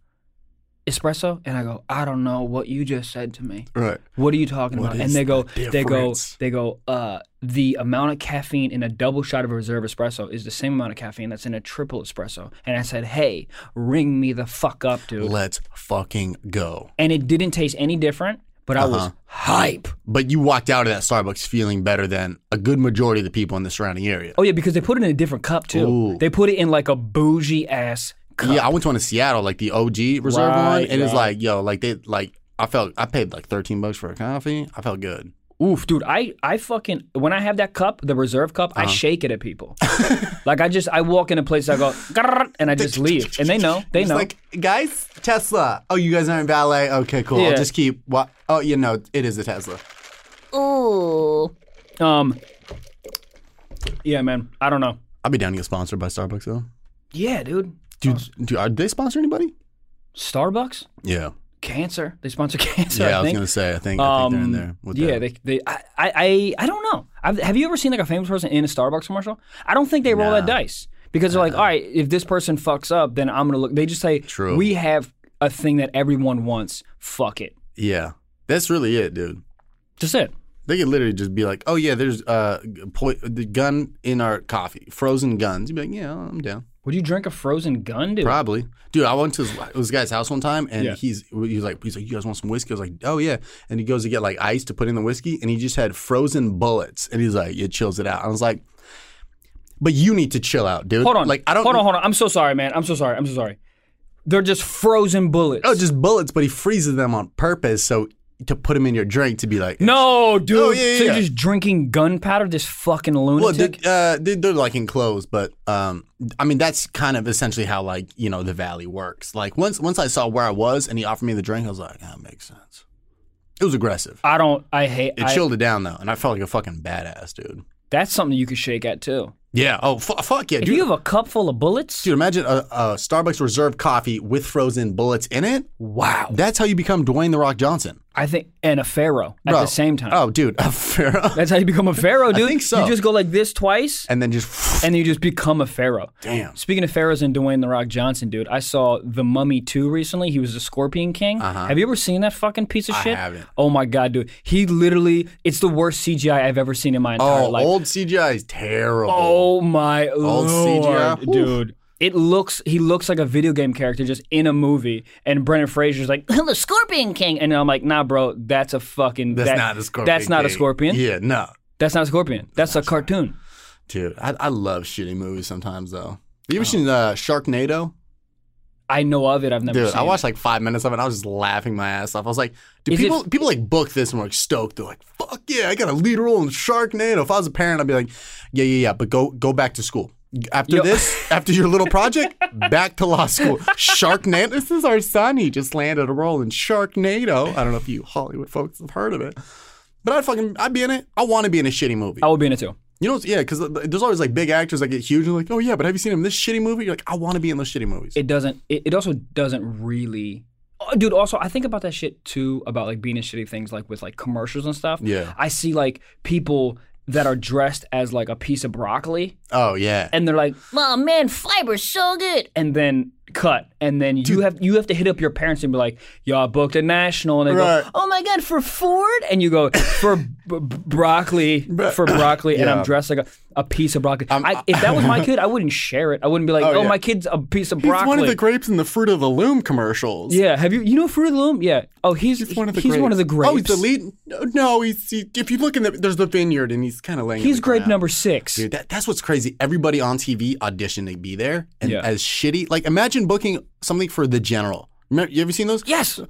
A: espresso?" And I go, "I don't know what you just said to me."
B: Right.
A: What are you talking
B: What
A: about?
B: is
A: And they go,
B: the
A: they go,
B: difference?
A: they go. Uh, the amount of caffeine in a double shot of a reserve espresso is the same amount of caffeine that's in a triple espresso. And I said, hey, ring me the fuck up, dude.
B: Let's fucking go.
A: and it didn't taste any different, but I
B: Uh-huh.
A: was hype.
B: But you walked out of that Starbucks feeling better than a good majority of the people in the surrounding area.
A: Oh yeah, because they put it in a different cup too.
B: Ooh.
A: They put it in like a bougie ass cup.
B: Yeah, I went to one in Seattle, like the OG reserve one,
A: Right,
B: and it's
A: right.
B: like, yo, like they like I felt I paid like 13 bucks for a coffee. I felt good.
A: Oof, dude, I I fucking when I have that cup, the reserve cup,
B: Uh-huh.
A: I shake it at people. like I just I walk in a place, I go, "Grrr," and I just leave, and they know, they
B: It's
A: know.
B: like, guys, Tesla. Oh, you guys aren't valet. Okay, cool.
A: Yeah.
B: I'll just keep. What? Oh, you know, it is a Tesla.
C: Ooh.
A: um, yeah, man, I don't know.
B: I'll be down to get sponsored by Starbucks though.
A: Yeah, dude.
B: Dude,
A: Oh.
B: do are they sponsor anybody?
A: Starbucks,
B: Yeah.
A: cancer. They sponsor cancer.
B: yeah,
A: I,
B: I, was
A: think.
B: gonna say. I think, I think they're in
A: Um,
B: there. With
A: yeah,
B: that.
A: they. they I, I. I. I don't know. I've, have you ever seen like a famous person in a Starbucks commercial? I don't think they roll that
B: Nah.
A: dice because they're like, all right, if this person fucks up, then I'm gonna look. They just say,
B: True.
A: We have a thing that everyone wants. Fuck it.
B: yeah. That's really it, dude.
A: Just it.
B: They could literally just be like, "Oh yeah, there's uh, po- the gun in our coffee, frozen guns." You'd be like, "Yeah, I'm down."
A: Would you drink a frozen gun, dude?
B: Probably, dude. I went to this, this guy's house one time, and
A: Yeah.
B: he's he's like, he's like, "You guys want some whiskey?" I was like, "Oh yeah," and he goes to get like ice to put in the whiskey, and he just had frozen bullets, and he's like, "It chills it out." I was like, "But you need to chill out, dude."
A: Hold on.
B: like I don't.
A: Hold on. Hold on. I'm so sorry, man. I'm so sorry. I'm so sorry. They're just frozen bullets.
B: Oh, just bullets, but he freezes them on purpose so to put them in your drink to be like
A: no, dude.
B: Oh, yeah, yeah,
A: so you're
B: yeah.
A: just drinking gunpowder, this fucking
B: Well,
A: lunatic.
B: they're, uh, they- they're like enclosed, but um, I mean that's kind of essentially how like you know the valley works. Like once once I saw where I was and he offered me the drink, I was like, that makes sense. It was aggressive.
A: I don't. I hate.
B: It
A: I-
B: chilled it down though, and I felt like a fucking badass, dude.
A: that's something you could shake at too.
B: Yeah. Oh fu fuck yeah,
A: If
B: dude.
A: you have a cup full of bullets,
B: dude, imagine a, a Starbucks reserve coffee with frozen bullets in it.
A: wow.
B: That's how you become Dwayne the Rock Johnson.
A: I think and a pharaoh at
B: Bro.
A: the same time.
B: Oh, dude, a pharaoh.
A: That's how you become a pharaoh, dude.
B: think so.
A: You just go like this twice,
B: and then just
A: and you just become a pharaoh.
B: damn.
A: Speaking of pharaohs and Dwayne the Rock Johnson, dude, I saw The Mummy 2 recently. He was the Scorpion King. Have you ever seen that fucking piece of
B: Uh-huh. I
A: shit?
B: haven't.
A: Oh my god, dude. He literally it's the worst CGI I've ever seen in my entire
B: Oh,
A: life.
B: old CGI is terrible.
A: oh my
B: Old
A: lord,
B: CGI.
A: dude. It looks he looks like a video game character just in a movie and Brendan Fraser's like
C: the Scorpion King.
A: and I'm like, nah, bro, that's a fucking
B: that's
A: that-
B: not a scorpion.
A: That's not a
B: King.
A: scorpion.
B: Yeah, no.
A: That's not a scorpion. That's a cartoon.
B: Dude, I, I love shitty movies sometimes though. You ever seen uh, Sharknado?
A: I know of it. I've never
B: Dude,
A: seen
B: I watched
A: it.
B: like five minutes of it. I was just laughing my ass off. I was like, dude,
A: Is it-
B: people people like book this and were like stoked. They're like, fuck yeah, I got a lead role in Sharknado. If I was a parent, I'd be like, yeah, yeah, yeah, but go go back to school. After
A: Yo-
B: this, after your little project, back to law school. Sharknado. This is our son. He just landed a role in Sharknado. I don't know if you Hollywood folks have heard of it, but I'd fucking I'd be in it. I want to be in a shitty movie.
A: I would be in it too.
B: You know, yeah, because there's always like big actors that get huge and like, oh yeah, but have you seen him in this shitty movie? You're like, I want to be in those shitty movies.
A: it doesn't it, it also doesn't really Oh, dude also i think about that shit too about like being in shitty things like with like commercials and stuff
B: Yeah.
A: i see like people that are dressed as like a piece of broccoli
B: oh yeah.
A: and they're like
C: Oh man, fiber's so good.
A: and then cut and then you have you have to hit up your parents and be like y'all booked a national and they
B: Right.
A: go oh my god for ford and you go for b- b- broccoli for broccoli and i'm
B: Yeah.
A: dressed like a, a piece of broccoli I, if that was my kid i wouldn't share it i wouldn't be like oh,
B: yeah.
A: my kid's a piece of
B: He's
A: broccoli
B: one of the grapes in the Fruit of the Loom commercials.
A: Yeah, have you you know Fruit of the Loom? Yeah. Oh, he's he's one of the he's one of the grapes.
B: Oh, he's the lead. No, he's he, if you look in the there's the vineyard and he's kind of laying. in
A: He's
B: the
A: grape
B: ground.
A: number six.
B: Dude, that, that's what's crazy. Everybody on TV auditioned to be there, and
A: Yeah.
B: as shitty, like imagine booking something for The General. Remember, you ever seen those?
A: Yes,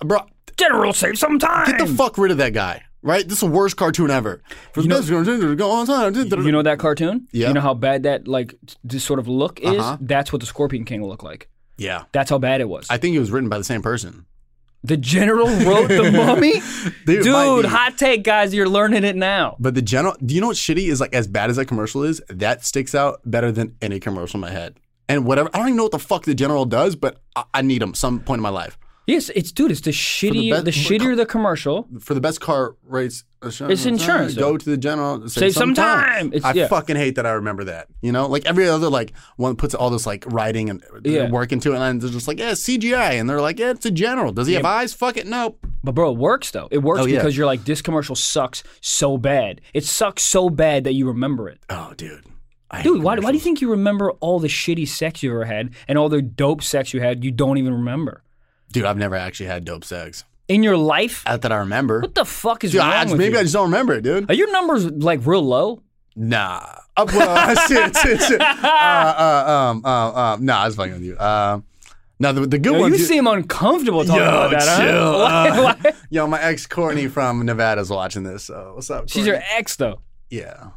B: Bro,
A: General, save some time.
B: get the fuck rid of that guy. Right? This is the worst cartoon ever. For the best cartoon, go on time.
A: you know that cartoon?
B: Yeah.
A: You know how bad that like this sort of look is.
B: Uh-huh.
A: That's what the Scorpion King looked like.
B: Yeah,
A: That's how bad it was.
B: I think it was written by the same person.
A: the General wrote the Mummy.
B: Dude, it might
A: Dude,
B: be.
A: hot take, guys. You're learning it now.
B: But the general, do you know what's shitty is like as bad as that commercial is, that sticks out better than any commercial in my head. And whatever, I don't even know what the fuck the general does, but I, I need him some point in my life
A: Yes, it's dude. It's the shittier,
B: best-
A: the, shittier the commercial.
B: for the best car rates. uh,
A: It's insurance,
B: Go
A: though.
B: to the general. Save,
A: Save some time. It's-
B: I
A: yeah.
B: fucking hate that. I remember that. You know, like every other like one puts all this like writing and uh,
A: Yeah.
B: work into it, and they're just like, yeah, CGI, and they're like, yeah, it's a general. Does he have eyes? Fuck it, nope.
A: But bro, it works though. It works
B: Oh, yeah.
A: because you're like, this commercial sucks so bad. It sucks so bad that you remember it.
B: Oh, dude. I hate
A: Dude, why, why do you
B: commercials.
A: think you remember all the shitty sex you ever had and all the dope sex you had you don't even remember?
B: Dude, I've never actually had dope sex.
A: In your life?
B: Not that I remember.
A: What the fuck is
B: Dude,
A: wrong
B: I,
A: with
B: maybe
A: you?
B: I just don't remember it, dude.
A: Are your numbers like real low?
B: Nah. Uh, well, shit, shit, shit. Uh, uh, um, uh, um, nah, I was fucking with you. Um, now the the good
A: Yo,
B: ones.
A: you
B: dude-
A: seem uncomfortable talking
B: Yo,
A: about that,
B: chill,
A: huh? Why-
B: uh,
A: why-
B: Yo, my ex Courtney from Nevada's watching this. So what's up?
A: She's your
B: Courtney?
A: ex though.
B: yeah.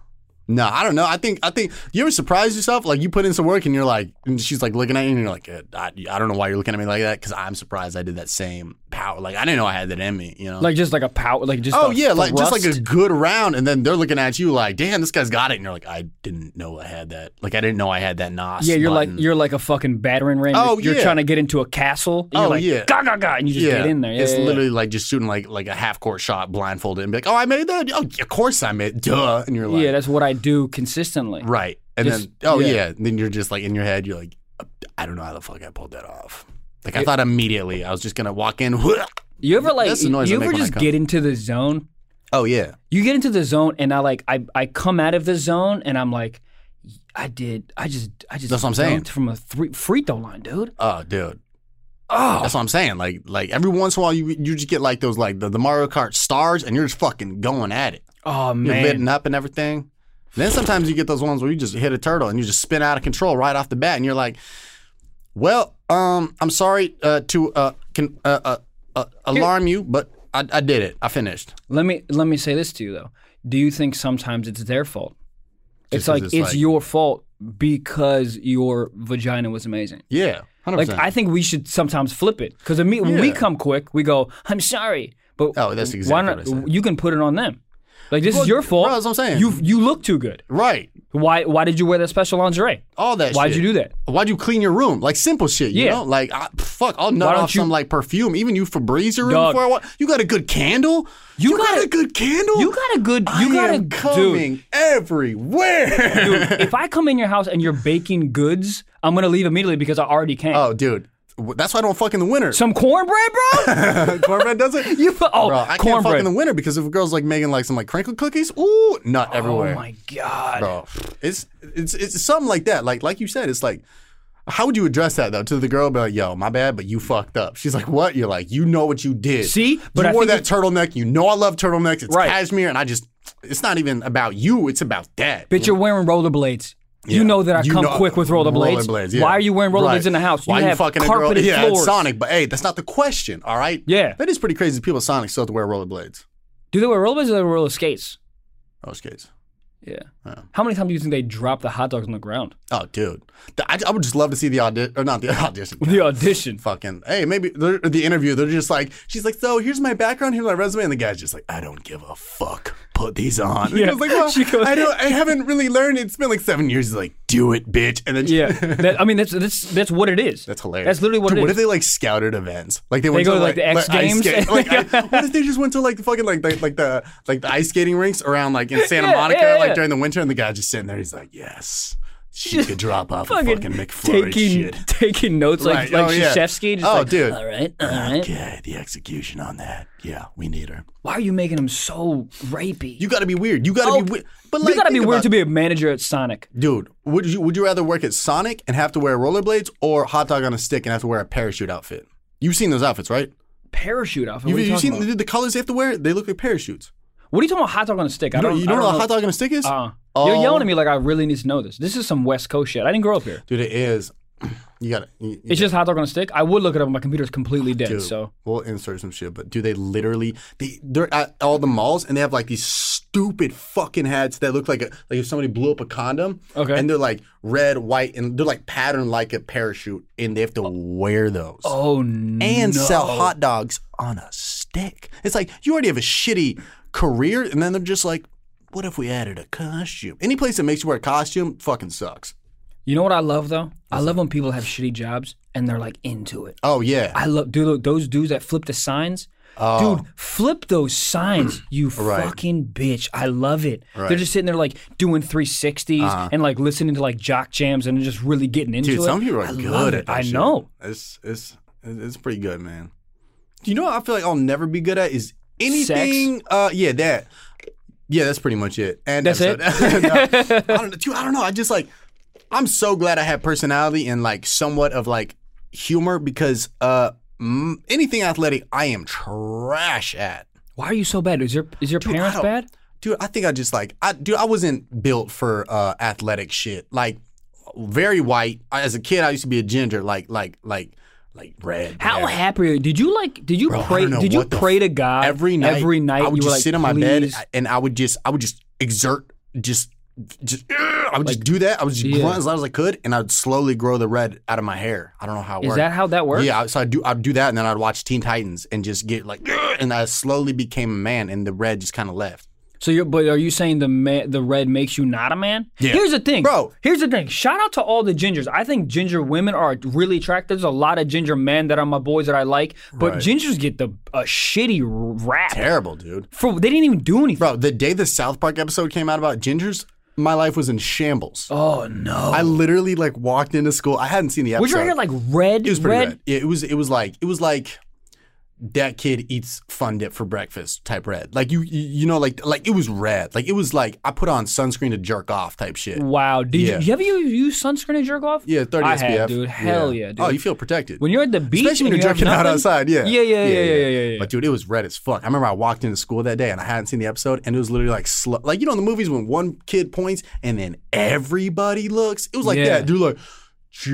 B: No, I don't know. I think I think you ever surprise yourself like you put in some work and you're like, and she's like looking at you and you're like, eh, I, I don't know why you're looking at me like that because I'm surprised I did that same power. Like I didn't know I had that in me, you know.
A: Like just like a power like just
B: Uh-huh. Oh
A: a
B: yeah, like just like
A: thrust.
B: a good round, and then they're looking at you like, "Damn, this guy's got it," and you're like, "I didn't know I had that. Like, I didn't know I had that nos."
A: Yeah, you're
B: button."
A: like you're like a fucking battering ram.
B: Oh,
A: you're,
B: yeah.
A: you're trying to get into a castle. And you're
B: Oh,
A: like,
B: yeah.
A: Ga, ga, ga, and you just get in there. Yeah,
B: it's
A: yeah, yeah.
B: literally like just shooting like like a half court shot blindfolded and be like, "Oh, I made that. Oh, of course I made. Duh." And you're like,
A: yeah, that's what I do consistently.
B: right." And
A: Just-
B: then oh yeah.
A: yeah.
B: and then you're just like in your head, you're like, "I don't know how the fuck I pulled that off." Like I thought immediately I was just gonna walk in.
A: You ever like
B: That's the noise I
A: you
B: make
A: ever
B: when I
A: just
B: come.
A: get into the zone
B: Oh yeah,
A: you get into the zone and I like I, I come out of the zone and I'm like I did I just I just
B: That's what I'm saying.
A: dunked from a three, free throw line, dude.
B: oh dude.
A: Oh,
B: That's what I'm saying. Like, like every once in a while, you you just get like those like the, the Mario Kart stars, and you're just fucking going at it.
A: oh
B: you're
A: man.
B: litting up and everything. Then sometimes you get those ones where you just hit a turtle and you just spin out of control right off the bat, and you're like, "Well, um, I'm sorry uh, to uh, can, uh, uh, uh, alarm you, but I, I did it. I finished.
A: Let me let me say this to you though. Do you think sometimes it's their fault? it's
B: 'cause
A: like
B: it's
A: it's,
B: like-
A: your fault because your vagina was amazing.
B: Yeah, hundred
A: Like
B: percent.
A: I think we should sometimes flip it because when we
B: Yeah.
A: come quick, we go, "I'm sorry," but
B: Oh, that's
A: why
B: exactly
A: not?
B: what I said.
A: You can put it on them. Like this
B: Well,
A: is your fault.
B: bro, that's what I'm saying.
A: You you look too good.
B: Right.
A: Why why did you wear that special lingerie?
B: All that.
A: Why'd
B: shit.
A: you do that?
B: Why'd you clean your room? Like simple shit, you
A: Yeah.
B: know? Like, I, fuck, I'll nut
A: don't
B: off some
A: you-
B: like perfume. Even you Febreze your room
A: Dog.
B: before I walk. You got a good candle? You, got,
A: got
B: a,
A: a-
B: good candle?
A: You got a good. You
B: I
A: got a
B: am coming
A: dude.
B: everywhere.
A: Dude, if I come in your house and you're baking goods, I'm gonna leave immediately because I already came.
B: Oh, dude. W- That's why I don't fuck in the winter.
A: Some cornbread, bro.
B: Cornbread does it?
A: You put oh
B: Bro, I can't fuck in
A: cornbread.
B: the winter because if a girl's like making like some like crinkle cookies, ooh, nut everywhere.
A: oh my god.
B: Bro, it's it's it's something like that. Like like you said, it's like how would you address that though to the girl? Be like, yo, my bad, but you fucked up. She's like, what? You're like, you know what you did.
A: See? But
B: you
A: I
B: wore that
A: think
B: turtleneck. You know I love turtlenecks. It's
A: Right.
B: cashmere, and I just it's not even about you. It's about that.
A: Bitch, you're wearing rollerblades.
B: Yeah.
A: You know that I
B: You
A: come
B: know-
A: quick with rollerblades.
B: rollerblades, yeah.
A: Why are you wearing rollerblades
B: Right.
A: in the house? you
B: Why are you
A: have
B: fucking
A: carpeted
B: a girl? Yeah,
A: floors.
B: it's Sonic, but hey, that's not the question. All right.
A: Yeah.
B: That is pretty crazy. People at Sonic still have to wear rollerblades.
A: Do they wear rollerblades or do they wear roller skates?
B: Oh, skates.
A: Yeah. How many times do you think they drop the hot dogs on the ground?
B: Oh, dude. Th- I, I would just love to see the audition, or not the audition.
A: The audition.
B: fucking hey maybe they're- the interview they're just like she's like so here's my background here's my resume and the guy's just like I don't give a fuck put these on And
A: Yeah.
B: I was like well,
A: She goes-
B: I don't I haven't really learned it's been like seven years he's like do it bitch and then she-
A: Yeah. That, I mean, that's, that's that's what it is.
B: that's hilarious
A: That's literally what
B: Dude,
A: it
B: what
A: is.
B: if they like scouted events like they went
A: go
B: to
A: to, like, the X Games
B: ice skate-
A: and-
B: like, I- what if they just went to like the fucking like the, like the like the ice skating rinks around like in Santa
A: Yeah,
B: Monica
A: yeah,
B: like
A: yeah.
B: during the winter and the guy just sitting there he's like yes she could drop off a fucking McFlurry
A: taking
B: shit
A: taking notes like
B: Right,
A: like
B: oh, yeah.
A: Krzyzewski, Just
B: oh
A: like,
B: dude
C: All right, all right.
B: Okay, the execution on that. Yeah, we need her.
A: why are you making them so rapey?
B: You got to be weird. You got to
A: Oh,
B: be weird. But
A: You
B: like,
A: gotta be
B: think
A: weird to
B: about-
A: be a manager at Sonic.
B: Dude, would you would you rather work at Sonic and have to wear rollerblades or hot dog on a stick and have to wear a parachute outfit? You've seen those outfits, right?
A: Parachute outfit.
B: You've,
A: what are you
B: you've
A: talking
B: seen
A: about?
B: the, the colors they have to wear. They look like parachutes.
A: What are you talking about? Hot dog on a stick. I
B: You
A: don't.
B: don't, you don't
A: I
B: know
A: don't
B: what a hot dog on a stick is,
A: Uh,
B: Oh.
A: You're yelling at me like I really need to know this. This is some West Coast shit. I didn't grow up here.
B: dude. It is. You got to
A: It's just hot dog on a stick. I would look it up. but My computer's completely dead.
B: Dude,
A: So
B: we'll insert some shit, but do they literally they they're at all the malls and they have like these stupid fucking hats that look like a like if somebody blew up a condom.
A: Okay.
B: And they're like red, white, and they're like patterned like a parachute, and they have to wear those.
A: oh no.
B: and sell hot dogs on a stick. It's like you already have a shitty career, and then they're just like, what if we added a costume? Any place that makes you wear a costume fucking sucks.
A: You know what I love though? I love when people have shitty jobs and they're like into it.
B: Oh yeah.
A: I love dude look, those dudes that flip the signs. Dude, flip those signs, you
B: Oh. Right.
A: fucking bitch. I love it.
B: Right. Uh-huh.
A: They're just sitting there like doing 360s and like listening to like jock jams and just really getting into
B: Dude,
A: it.
B: some people are
A: I
B: good
A: love
B: at
A: it.
B: that
A: I
B: shit.
A: know.
B: It's it's it's pretty good, man. You know what I feel like I'll never be good at is anything uh yeah, that. Yeah, that's pretty much it. And
A: That's it?
B: I don't know. Dude, I don't know. I just like I'm so glad I have personality and like somewhat of like humor because uh m- anything athletic I am trash at.
A: Why are you so bad? Is your is your
B: I
A: parents
B: don't-
A: bad?
B: Dude, I think I just like I dude, I wasn't built for uh athletic shit. Like very white. I- As a kid I used to be a ginger, like like like like red.
A: How
B: happy?
A: happy are you? Did you like? Did you
B: Bro, I
A: pray?
B: don't know
A: Did you
B: what the
A: pray to God
B: every night
A: Every night
B: I would
A: you
B: just
A: were like,
B: sit in my bed
A: "Please."
B: and I would just I would just exert just just I would just do that. I would just
A: Yeah.
B: grunt as loud as I could and I'd slowly grow the red out of my hair. I don't know how it
A: Is
B: worked.
A: that how that works?
B: yeah, I- so I'd do I'd do that and then I'd watch Teen Titans and just get like and I slowly became a man and the red just kind of left.
A: So you're, but are you saying the ma- the red makes you not a man?
B: Yeah.
A: Here's the thing,
B: Bro.
A: Here's the thing. Shout out to all the gingers. I think ginger women are really attractive. There's a lot of ginger men that are my boys that I like, but
B: Right.
A: gingers get the a shitty rap.
B: Terrible, dude.
A: For they didn't even do anything.
B: Bro, the day the South Park episode came out about gingers, my life was in shambles.
A: Oh no.
B: I literally like walked into school. I hadn't seen the episode.
A: was your hair like red?
B: It was pretty
A: red.
B: red. Yeah, It was it was like it was like that kid eats fun dip for breakfast type red. Like you you you know like like it was red. Like it was like I put on sunscreen to jerk off type shit.
A: Wow. Did
B: Yeah.
A: you, you ever use sunscreen to jerk off?
B: Yeah, thirty
A: Mm. I
B: SPF.
A: Have, dude. Hell yeah, dude.
B: Oh, you feel protected.
A: when you're at the beach,
B: Especially when
A: and
B: you're
A: you have
B: jerking out
A: nothing-
B: outside, yeah.
A: Yeah, yeah, yeah, yeah, yeah, yeah. yeah.
B: But dude, it was red as fuck. I remember I walked into school that day and I hadn't seen the episode, and it was literally like sl- like you know in the movies when one kid points and then everybody looks. It was like
A: Yeah.
B: that. Dude, like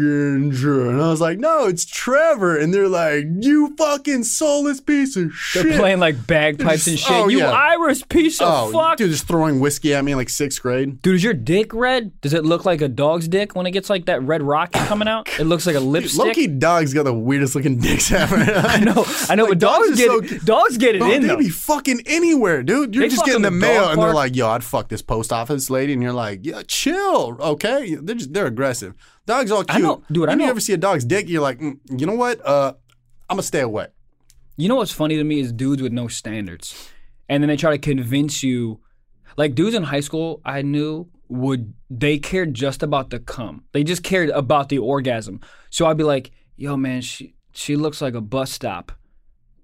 B: Ginger. And I was like, no, it's Trevor. And they're like, you fucking soulless piece of shit.
A: They're playing like bagpipes and shit.
B: Oh,
A: you
B: yeah.
A: Irish piece
B: oh,
A: of fuck.
B: dude, just throwing whiskey at me in like sixth grade.
A: Dude, is your dick red? Does it look like a dog's dick when it gets like that red rocket coming out? It looks like a lipstick.
B: Loki dogs got the weirdest looking dicks ever. I
A: no, I know, but dogs,
B: dogs
A: get
B: are so-
A: it, dogs get it
B: Bro,
A: in
B: they
A: though.
B: be fucking anywhere, dude. You're
A: They
B: just
A: fuck
B: getting
A: in
B: the,
A: the
B: mail,
A: dog
B: and they're
A: park.
B: like, "Yo, I'd fuck this post office lady," and you're like, "Yeah, chill, okay." They're just they're aggressive. Dogs all cute,
A: I know- dude, I
B: You
A: know-
B: ever see a dog's dick? You're like, mm, you know what? Uh, I'm gonna stay away.
A: You know what's funny to me is dudes with no standards, and then they try to convince you. Like dudes in high school, I knew would they cared just about the cum. They just cared about the orgasm. So I'd be like, "Yo, man, she she looks like a bus stop,"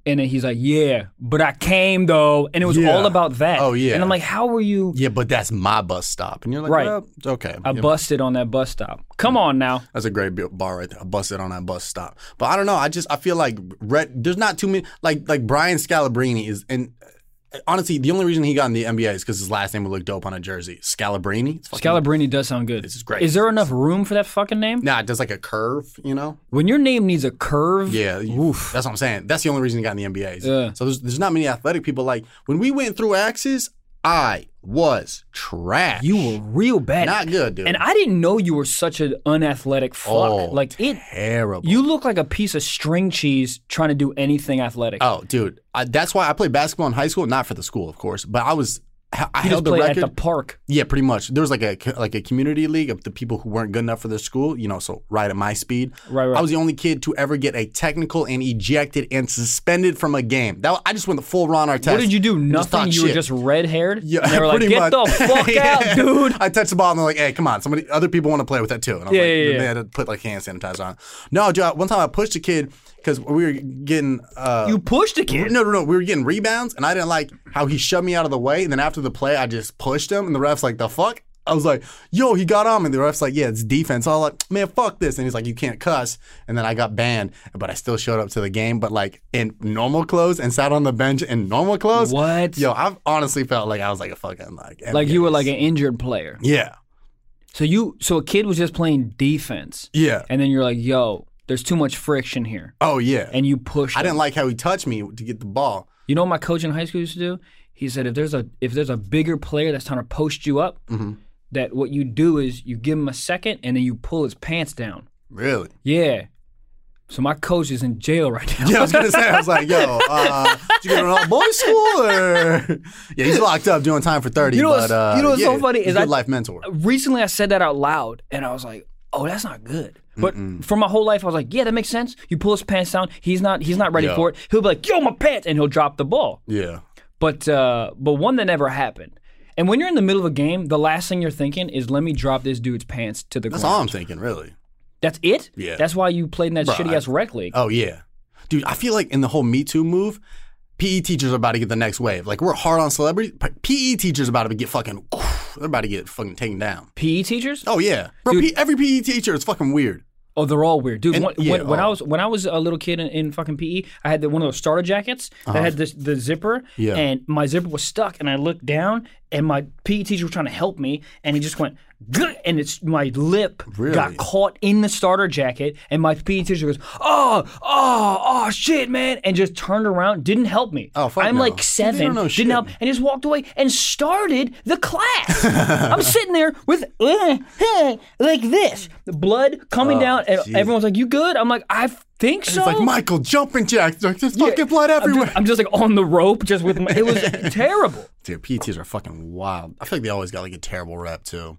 A: and then he's like, "Yeah, but I came though," and it was
B: Yeah.
A: all about that.
B: Oh, yeah.
A: and I'm like, "How were you?
B: Yeah, but that's my bus stop, and you're like,
A: Right.
B: "Well, it's okay."
A: I
B: Yeah.
A: busted on that bus stop. Come on now."
B: That's a great bu- bar right there. I busted on that bus stop. But I don't know. I just I feel like red, there's not too many like like Brian Scalabrine is and uh, honestly the only reason he got in the NBA is because his last name would look dope on a jersey. Scalabrini. It's fucking-
A: Scalabrini does sound good.
B: This is great.
A: Is there enough room for that fucking name?
B: Nah, it does like a curve, you know?
A: When your name needs a curve,
B: Yeah, you- that's what I'm saying. That's the only reason he got in the NBA.
A: Yeah.
B: So there's, there's not many athletic people. Like when we went through axes, I was trash.
A: you were real bad.
B: not good, dude.
A: And I didn't know you were such an unathletic fuck.
B: Oh,
A: like it,
B: terrible.
A: you look like a piece of string cheese trying to do anything athletic.
B: Oh, dude, I, that's why I played basketball in high school. Not for the school, of course, but I was. I I
A: you just
B: held the
A: play at
B: record.
A: the park.
B: yeah, pretty much. There was like a co- like a community league of the people who weren't good enough for their school. You know, so right at my speed,
A: Right, right.
B: I was the only kid to ever get a technical and ejected and suspended from a game. That I just went the full Ron Artest.
A: What did you do?
B: just
A: Nothing.
B: talk
A: You were
B: shit.
A: just red haired.
B: Yeah,
A: And they were like,
B: pretty
A: "Get
B: much.
A: the fuck
B: Yeah.
A: out, dude."
B: I touched the ball and they're like, "Hey, come on, somebody, other people want to play with that too." And I was
A: Yeah,
B: like,
A: yeah,
B: they
A: yeah.
B: had to put like hand sanitizer on. No, dude, I- one time I pushed a kid because we were getting uh,
A: You pushed a kid.
B: No, no, no. We were getting rebounds, and I didn't like how he shoved me out of the way. And then after the play, I just pushed him, and the ref's like, "The fuck." I was like, yo, he got on me. The ref's like, yeah, it's defense. I was like, man, fuck this. And he's like, you can't cuss. And then I got banned, but I still showed up to the game, but like in normal clothes and sat on the bench in normal clothes.
A: What?
B: Yo, I've honestly felt like I was like a fucking like.
A: like
B: NBA.
A: you were like an injured player.
B: Yeah.
A: So you, so a kid was just playing defense,
B: Yeah.
A: and then you're like, "Yo, there's too much friction here,"
B: Oh, yeah.
A: and you pushed.
B: I
A: him.
B: didn't like how he touched me to get the ball.
A: You know what my coach in high school used to do? He said if there's a if there's a bigger player that's trying to post you up,
B: Mm-hmm.
A: that what you do is you give him a second and then you pull his pants down.
B: Really?
A: Yeah. So my coach is in jail right now.
B: Yeah, I was gonna say, I was like, yo, uh, did you go to an all boys school or? Yeah, he's locked up doing time for thirty.
A: You know
B: but,
A: what's-
B: uh,
A: you know what's so
B: yeah,
A: funny
B: he's
A: is
B: a good
A: I-
B: life mentor.
A: Recently, I said that out loud and I was like, "Oh, that's not good." But for my whole life, I was like, "Yeah, that makes sense." You pull his pants down. He's not he's not ready
B: Yeah.
A: for it. He'll be like, "Yo, my pants," and he'll drop the ball.
B: Yeah,
A: But uh, but one that never happened. And when you're in the middle of a game, the last thing you're thinking is, "Let me drop this dude's pants to the
B: that's
A: ground."
B: all I'm thinking, really.
A: That's it?
B: Yeah.
A: That's why you played in that
B: Bruh,
A: shitty ass rec league.
B: Oh yeah, dude, I feel like in the whole Me Too move, PE teachers are about to get the next wave. Like we're hard on celebrities. but PE teachers are about to get fucking. They're about to get fucking taken down.
A: PE E teachers?
B: Oh yeah, bro. P- every PE teacher is fucking weird.
A: Oh, they're all weird, dude.
B: And-
A: when,
B: yeah,
A: when, when I
B: oh.
A: was when I was a little kid in, in fucking PE, I had the, one of those starter jackets that had this, the zipper,
B: Uh-huh. Yeah.
A: and my zipper was stuck. And I looked down, and my PE teacher was trying to help me, and he just went, "Gah," and it's my lip
B: Really?
A: got caught in the starter jacket, and my PE teacher goes, "Oh, oh, oh, shit, man!" and just turned around, didn't help me.
B: Oh, fuck
A: I'm
B: no.
A: like
B: They don't
A: seven,
B: know
A: didn't
B: shit.
A: help, and just walked away and started the class. I'm sitting there with uh, uh, like this, the blood coming down, and everyone's like, "You good?" I'm like, "I think so."
B: Oh, It's like Michael jumping jacks. Like there's
A: Yeah.
B: fucking blood
A: I'm just-
B: everywhere.
A: I'm just, like on the rope, just with my, it was terrible.
B: Dude, PE teachers are fucking wild. I feel like they always got like a terrible rep too.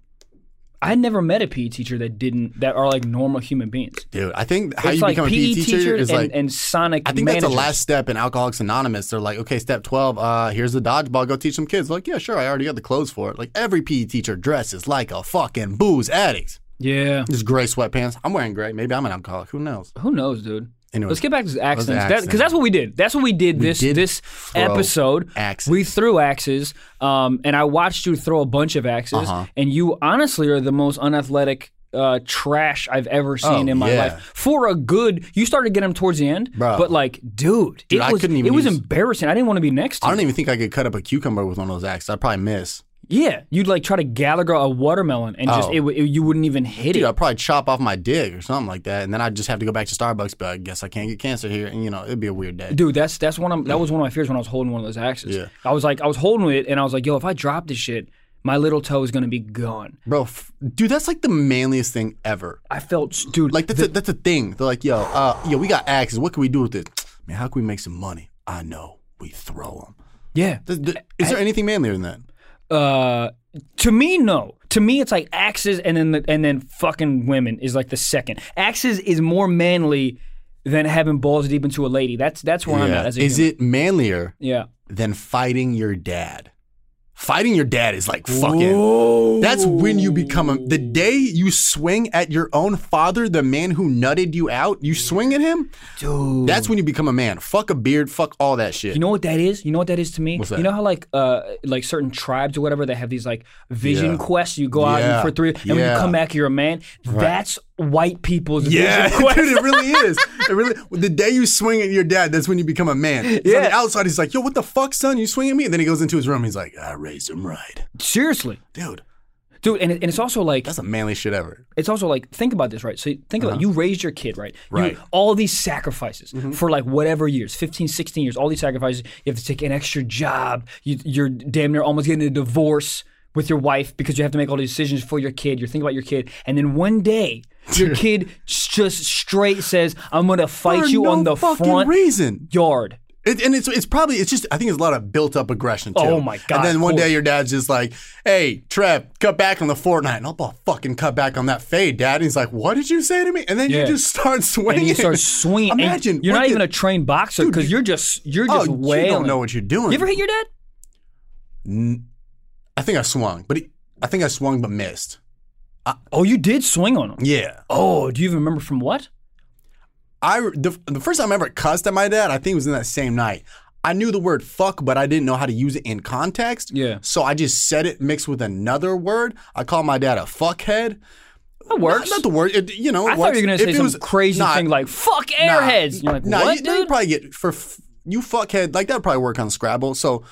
A: I never met a PE teacher that didn't that are like normal human beings.
B: Dude, I think how
A: It's
B: you
A: like E
B: become a PE teacher, is
A: and,
B: like
A: and Sonic.
B: I think that's
A: managers.
B: the last step in Alcoholics Anonymous. They're like, okay, step twelve. Uh, here's the dodgeball. Go teach some kids. like, yeah, sure. I already got the clothes for it. Like every PE teacher dresses like a fucking booze addict.
A: Yeah.
B: Just gray sweatpants. I'm wearing gray. Maybe I'm an alcoholic. Who knows?
A: Who knows, dude?
B: Anyway.
A: Let's get back to accidents because
B: accident.
A: that's what we did. That's what we did this
B: did
A: this
B: throw
A: episode.
B: axes.
A: We threw axes, um, and I watched you throw a bunch of axes.
B: Uh-huh.
A: And you honestly are the most unathletic uh, trash I've ever seen
B: Oh,
A: in my
B: yeah.
A: life. For a good, you started getting them towards the end,
B: Bro.
A: but like, dude,
B: Dude,
A: it
B: I
A: was
B: couldn't even
A: it was
B: use-
A: embarrassing. I didn't want to be next to
B: I
A: you.
B: don't even think I could cut up a cucumber with one of those axes. I'd probably miss.
A: Yeah, you'd like try to Gallagher a watermelon, and just
B: Oh.
A: it, would- it, you wouldn't even hit
B: Dude,
A: it.
B: I'd probably chop off my dick or something like that, and then I'd just have to go back to Starbucks. But I guess I can't get cancer here, and you know it'd be a weird day.
A: Dude, that's that's one. Of, that was one of my fears when I was holding one of those axes.
B: Mm. Yeah.
A: I was like, I was holding it, and I was like, yo, if I drop this shit, my little toe is gonna be gone.
B: Bro, f- dude, that's like the manliest thing ever.
A: I felt, dude,
B: Like that's a, that's a thing. They're like, yo, uh, yo, we got axes. What can we do with this? Man, how can we make some money? I know. We throw
A: yeah.
B: them. Is there anything manlier than that?
A: Uh, to me, no. To me, it's like axes, and then the, and then fucking women is like the second. Axes is more manly than having balls deep into a lady. That's that's where I'm at. As a
B: Is
A: human.
B: it manlier
A: Yeah.
B: than fighting your dad? Fighting your dad is like fucking. That's when you become a. The day you swing at your own father, the man who nutted you out, you swing at him,
A: dude.
B: that's when you become a man. Fuck a beard, fuck all that shit.
A: You know what that is? You know what that is to me?
B: What's
A: You
B: that?
A: know how like uh like certain tribes or whatever they have these like vision
B: Yeah.
A: quests. You go out and
B: Yeah.
A: for three, and when you
B: Yeah.
A: come back, you're a man. That's white people's
B: yeah,
A: vision quest.
B: dude, it really is. It really. The day you swing at your dad, that's when you become a man. Yeah. On the outside, he's like, "Yo, what the fuck, son? You swing at me?" And then he goes into his room. He's like, "I raised him right,
A: Seriously,
B: dude."
A: dude, and, it- and it's also like
B: That's the manly shit ever.
A: it's also like think about this right so think about it. you raised your kid right You-
B: Uh-huh. Right. Mm-hmm.
A: all these sacrifices for like whatever years 15 16 years all these sacrifices you have to take an extra job you, you're damn near almost getting a divorce with your wife because you have to make all these decisions for your kid you're thinking about your kid and then one day your kid s- just straight says i'm gonna fight
B: For
A: you
B: no
A: on the
B: fucking
A: front
B: reason.
A: yard
B: It, and it's it's probably it's just I think it's a lot of built up aggression too.
A: Oh my God,
B: And
A: of
B: then one
A: course.
B: day your dad's just like, "Hey, Trev, cut back on the Fortnite." And I'll ball fucking cut back on that fade, Dad. And he's like, "What did you say to me?" And then
A: Yeah.
B: you just start swinging.
A: and you start swinging and
B: Imagine
A: you're
B: what
A: not
B: the-
A: even a trained boxer
B: Dude,
A: because
B: you-
A: you're just you're
B: Oh,
A: just
B: you
A: wailing
B: don't know what you're doing.
A: you ever hit your dad
B: I think I swung, but it, I think I swung but missed.
A: oh you did swing on him
B: Yeah.
A: oh do you even remember from what
B: I the, the first time I ever cussed at my dad, I think it was in that same night. I knew the word fuck, but I didn't know how to use it in context.
A: Yeah.
B: So I just said it mixed with another word. I called my dad a fuckhead.
A: That
B: Not,
A: works.
B: not the word. It, you know. it
A: I thought you were gonna
B: works.
A: say
B: If it
A: some
B: was-
A: crazy
B: nah,
A: thing like "fuck
B: nah,
A: airheads." You're like,
B: nah,
A: what,
B: you,
A: dude?
B: would probably get for f- you fuckhead like that'd probably work on Scrabble. So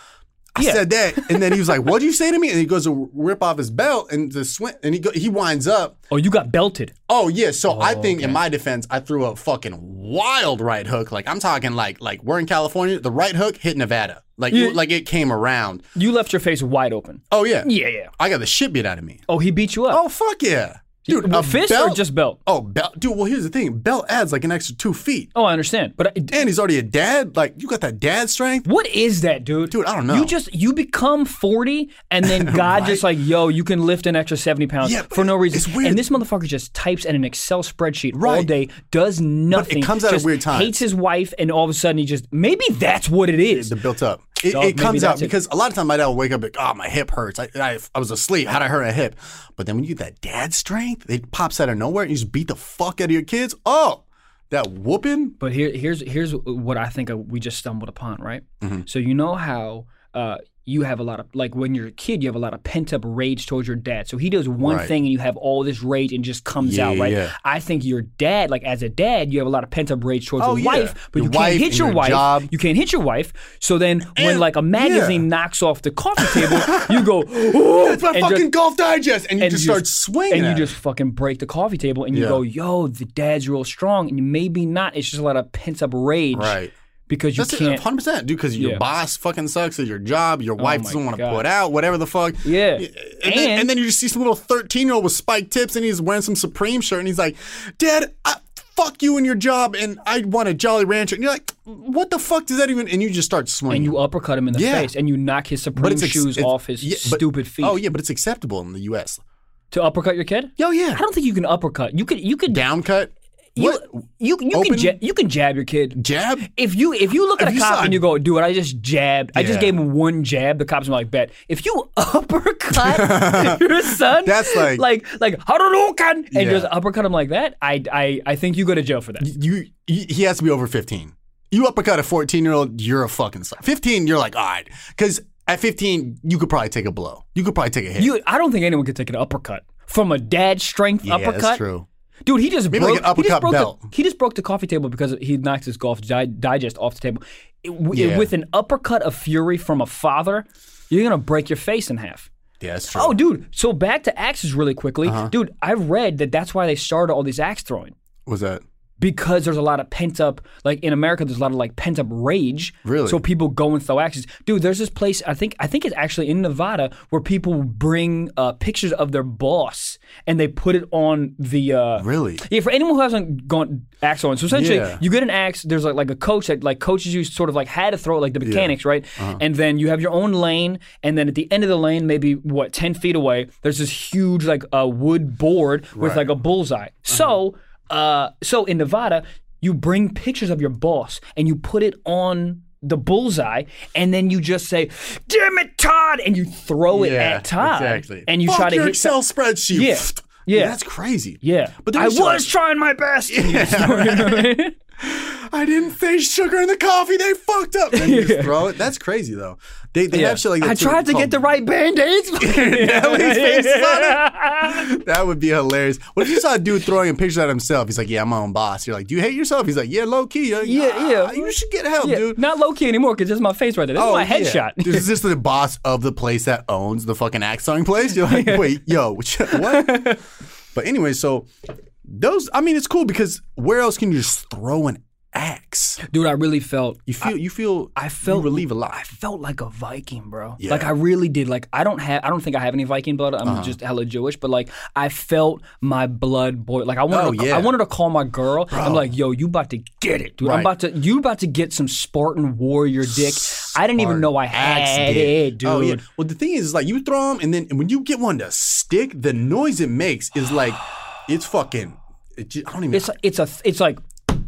B: I
A: Yeah.
B: said that, and then he was like, "What'd you say to me?" And he goes to rip off his belt and to swing, and he go, he winds up.
A: oh, you got belted.
B: Oh yeah, so I think in my defense, I threw a fucking wild right hook. Like I'm talking like like we're in California, the right hook hit Nevada. Like
A: Yeah.
B: it- like it came around.
A: You left your face wide open.
B: Oh yeah,
A: Yeah, yeah.
B: I got the shit beat out of me.
A: Oh, he beat you up.
B: Oh fuck yeah, dude.
A: With
B: a
A: fist
B: belt,
A: or just belt?
B: oh belt, dude. Well here's the thing, belt adds like an extra two feet,
A: Oh, I understand. But I,
B: and he's already a dad. Like you got that dad strength,
A: what is that, dude?
B: dude. I don't know.
A: You just you become forty, and then God just like, yo, you can lift an extra seventy pounds
B: Yeah, but
A: for no
B: it-
A: reason.
B: it's weird.
A: And this motherfucker just types in an Excel spreadsheet all
B: Right.
A: day, does nothing.
B: comes at a
A: just
B: weird time.
A: Hates his wife, and all of a sudden he just maybe that's what it is.
B: the built up. It,
A: Dog,
B: it
A: maybe
B: comes out
A: that's it.
B: because a lot of time my dad will wake up like, oh, my hip hurts. I, I, I was asleep. How'd I hurt my hip? But then when you get that dad strength, it pops out of nowhere and you just beat the fuck out of your kids. Oh, that whooping.
A: But here, here's here's what I think uh, we just stumbled upon, right?
B: Mm-hmm.
A: So you know how uh, you have a lot of like when you're a kid, you have a lot of pent up rage towards your dad. So he does one
B: Right.
A: thing, and you have all this rage and it just comes
B: Yeah,
A: out,
B: yeah,
A: right?
B: yeah.
A: I think your dad, like as a dad, you have a lot of pent up rage towards
B: Oh,
A: your
B: yeah.
A: wife, but
B: Your
A: you can't
B: wife
A: hit
B: and
A: your,
B: your
A: wife.
B: job.
A: You can't hit your wife. So then, when like a magazine knocks off the coffee table, you go, "Ooh,"
B: That's my
A: and
B: fucking
A: just-
B: golf digest. And you
A: and
B: just
A: you
B: start
A: just-
B: swinging.
A: and
B: at
A: you
B: it.
A: just fucking break the coffee table and you
B: Yeah.
A: go, yo, the dad's real strong. And maybe not. It's just a lot of pent up rage.
B: Right.
A: Because you
B: That's it,
A: can't.
B: 100%. Dude, because your
A: Yeah. Oh
B: boss fucking sucks at your job. Your wife
A: my
B: doesn't want to
A: God.
B: put out, whatever the fuck.
A: Yeah.
B: And, then,
A: And-
B: and then you just see some little 13 year old with spiked tips and he's wearing some Supreme shirt and he's like, Dad, I, fuck you and your job and I want a Jolly Rancher. And you're like, What the fuck does that even? And you just start swinging.
A: And you uppercut him in the
B: Yeah.
A: face and you knock his Supreme
B: ex-
A: shoes
B: it's-
A: off his
B: yeah, but-
A: stupid feet.
B: Oh, yeah, but it's acceptable in the US.
A: To uppercut your kid?
B: Oh, yeah.
A: I don't think you can uppercut. You could, you could,
B: Down cut.
A: you,
B: What?
A: you, you, can,
B: Open-
A: ja- you can jab your kid.
B: Jab?
A: If you if you look at
B: If
A: a
B: you
A: cop
B: saw-
A: and you go, dude, I just jabbed. I just
B: Yeah.
A: gave him one jab. The cops are like, bet. If you uppercut your son,
B: That's like-
A: like like Harurukan, and
B: Yeah.
A: just uppercut him like that. I I I think you go to jail for that.
B: you he he has to be over 15. You uppercut a 14 year old, you're a fucking slut. 15, you're like, all right. Because at 15, you could probably take a blow. You could probably take a hit.
A: You, I don't think anyone could take an uppercut from a dad strength
B: yeah,
A: uppercut.
B: that's true.
A: Dude, he just
B: Maybe
A: broke.
B: like an
A: he just
B: uppercut
A: broke
B: belt.
A: The, he just broke the coffee table because he knocked his golf di- digest off the table. It- w-
B: Yeah.
A: With an uppercut of fury from a father, you're gonna break your face in half.
B: Yeah, that's true.
A: Oh, dude. So back to axes really quickly.
B: Uh-huh.
A: Dude, I've read that that's why they started all these axe throwing
B: was that?
A: because there's a lot of pent up, like in America, there's a lot of like pent up rage.
B: Really?
A: So people go and throw axes. Dude, there's this place, I think, I think it's actually in Nevada where people bring uh, pictures of their boss and they put it on the. Uh,
B: Really?
A: Yeah, for anyone who hasn't gone axe on, so essentially
B: Yeah.
A: you get an axe. There's like like a coach that like coaches you sort of like how to throw it, like the mechanics, right?
B: Uh-huh.
A: And then you have your own lane, and then at the end of the lane, maybe what ten feet away, there's this huge like a wood board with like a bullseye.
B: Uh-huh.
A: So, uh, so in Nevada, you bring pictures of your boss and you put it on. The bullseye, and then you just say, "Damn it, Todd!" and you throw it
B: yeah,
A: at Todd,
B: exactly.
A: and you
B: Fuck
A: try to
B: your
A: hit
B: Excel spreadsheet.
A: Yeah. Yeah.
B: that's crazy.
A: Yeah,
B: but then
A: I
B: you
A: was
B: should-
A: trying my best. You know what I mean?
B: I didn't face sugar in the coffee. They fucked up. And you just throw it. That's crazy though. They they have shit like that.
A: I
B: too.
A: tried
B: It's
A: to get
B: called
A: the right band aids.
B: Nelly's faces on it. That would be hilarious. What if you saw a dude throwing a picture at himself? He's like, "Yeah, I'm my own boss." You're like, "Do you hate yourself?" He's like, "Yeah, low key." You're like,
A: Yeah,
B: "Ah,
A: yeah.
B: You should get help, dude. Oh,
A: Not low key anymore because this is my face right there. This is my
B: yeah.
A: headshot.
B: Dude, Is this the boss of the place that owns the fucking axe throwing place? You're like, wait, yo, what? but anyway, so those. I mean, it's cool because where else can you just throw an axe?
A: Dude, I really felt
B: You feel. you feel.
A: I felt-
B: you relieve a lot.
A: I felt like a Viking, bro.
B: Yeah. Uh-huh.
A: Like I really did. Like I don't have I don't think I have any Viking blood. I'm just hella Jewish, but like I felt my blood boil. Like I wanted
B: Oh,
A: to,
B: yeah.
A: I wanted to call my girl. I'm like, "Yo, you about to get it, dude.
B: Right.
A: I'm about to you about to get some Spartan warrior dick. I didn't even know I
B: Axe
A: had
B: dick.
A: it, dude.
B: Oh, yeah. Well, the thing is, is like you throw them, and then when you get one to stick, the noise it makes is like, it's fucking. It just, I don't even.
A: It's it's a it's like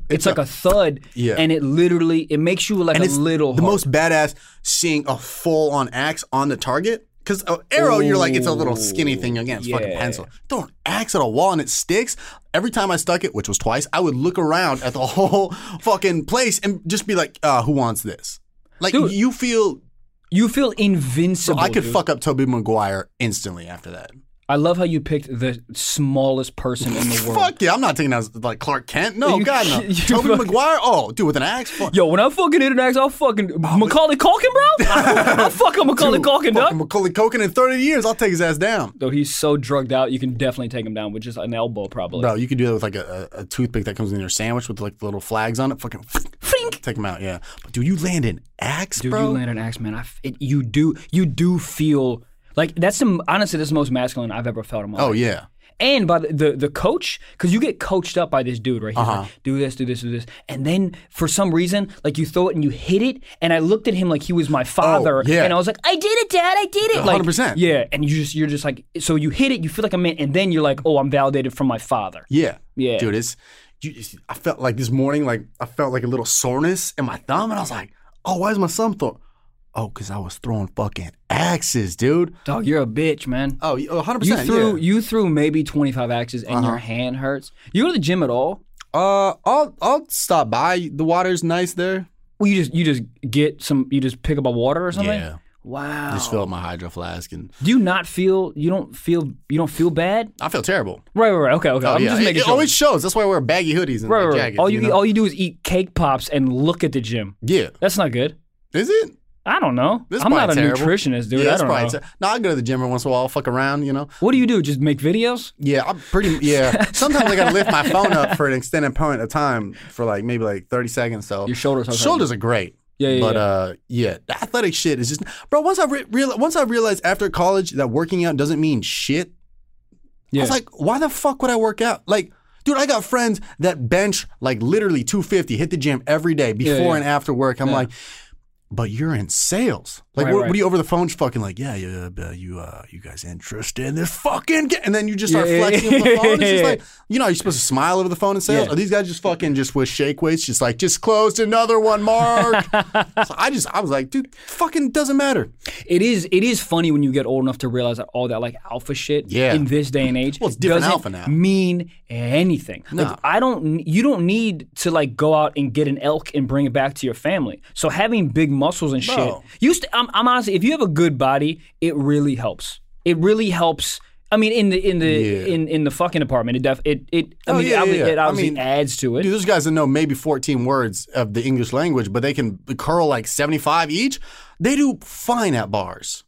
A: it's, like a, thud,
B: Yeah.
A: and it literally it makes you like a
B: and it's
A: little.
B: the
A: hard.
B: most badass seeing a full on axe on the target. Because an arrow, you're like, it's a little skinny thing. Again, it's fucking
A: yeah.
B: pencil. Throw an axe at a wall and it sticks. Every time I stuck it, which was twice, I would look around at the whole fucking place and just be like, uh, who wants this? Like,
A: Dude.
B: you feel.
A: you feel invincible.
B: I could
A: dude.
B: fuck up Toby Maguire instantly after that.
A: I love how you picked the smallest person in the world.
B: Fuck yeah, I'm not taking out like Clark Kent. No,
A: You-
B: God, no.
A: you
B: Toby
A: fucking-
B: Maguire? Oh, dude, with an axe? Fuck.
A: Yo, when I fucking hit an axe, I'll fucking Macaulay Culkin, bro. I'll fucking Macaulay Culkin,
B: Fucking
A: dog.
B: Macaulay Culkin in 30 years, I'll take his ass down.
A: Though he's so drugged out, you can definitely take him down with just an elbow, probably.
B: Bro, you could do that with like a, a a toothpick that comes in your sandwich with like the little flags on it. Fucking
A: Flink.
B: take them out, yeah. But dude, you land an axe,
A: Dude,
B: bro.
A: you land an axe, man. I f- it, you do, you do feel like that's the honestly that's the most masculine I've ever felt in my life.
B: oh yeah,
A: and by the the, the coach because you get coached up by this dude right here
B: Uh-huh.
A: like, do this do this do this and then for some reason like you throw it and you hit it and i looked at him like he was my father
B: Oh, yeah.
A: and i was like i did it dad i did it like
B: 100%.
A: yeah and you just you're just like so you hit it you feel like a man and then you're like oh i'm validated from my father
B: yeah,
A: Yeah.
B: Dude, it's. You, it's- I felt like this morning, like I felt like a little soreness in my thumb, and I was like, "Oh, why is my thumb sore?" Oh, cause I was throwing fucking axes, dude.
A: dog you're a bitch man
B: Oh, 100
A: you
B: percent. Uh-huh.
A: threw you threw maybe 25 axes and your hand hurts you go to the gym at all
B: Uh, I'll I'll stop by. The water's nice there.
A: well you just you just get some you just pick up a water or something
B: Yeah.
A: wow
B: Just fill up my hydro flask, and
A: do you not feel you don't feel you don't feel bad
B: I feel terrible.
A: Right, right, right. Okay, okay. I'm
B: Oh, yeah,
A: just
B: it-
A: making
B: it,
A: sure.
B: always shows. That's why I wear baggy hoodies and
A: right,
B: like
A: right, right.
B: jackets.
A: all you,
B: know?
A: all you do is eat cake pops and look at the gym.
B: yeah.
A: That's not good.
B: Is it?
A: I don't know.
B: This is
A: I'm not a
B: probably terrible.
A: nutritionist, dude.
B: yeah,
A: I
B: it's
A: don't know.
B: probably. Ter- no, I go to the gym every once in a while, fuck around, you know.
A: what do you do? Just make videos?
B: Yeah, I'm pretty. Yeah, sometimes I gotta lift my phone up for an extended point of time for like maybe like thirty seconds. So
A: Your shoulders are
B: shoulders are great.
A: Yeah, yeah,
B: but
A: yeah.
B: uh, yeah, the athletic shit is just bro. Once I re- real, once I realized after college that working out doesn't mean shit.
A: Yeah.
B: I was like, why the fuck would I work out? Like, dude, I got friends that bench like literally two fifty, hit the gym every day before
A: yeah.
B: and after work. I'm like, but you're in sales. Like,
A: Right,
B: what,
A: right.
B: what are you over the phone? Just fucking like, yeah, yeah, uh, you, uh, you guys interested in this fucking? Ga-? And then you just start
A: Yeah, yeah,
B: flexing over the
A: yeah,
B: phone. It's just
A: yeah.
B: like, you know, you're supposed to smile over the phone in sales.
A: Yeah.
B: Are these guys just fucking just with shake weights? Just like, just closed another one, Mark. so I just, I was like, dude, fucking doesn't matter.
A: It is it is funny when you get old enough to realize that all that like alpha shit
B: Yeah.
A: in this day and age
B: Well, it's different
A: doesn't
B: alpha now.
A: mean anything. Like I don't you don't need to like go out and get an elk and bring it back to your family. So having big muscles and shit
B: Bro.
A: used to, I'm, I'm honestly if you have a good body, it really helps. It really helps I mean, in the in the
B: Yeah.
A: in, in the fucking department, it def it it. I
B: Oh,
A: mean,
B: yeah, yeah,
A: obvi-
B: yeah.
A: it
B: I
A: obviously
B: mean,
A: adds to it.
B: Dude, there's guys that know maybe 14 words of the English language, but they can curl like 75 each. They do fine at bars.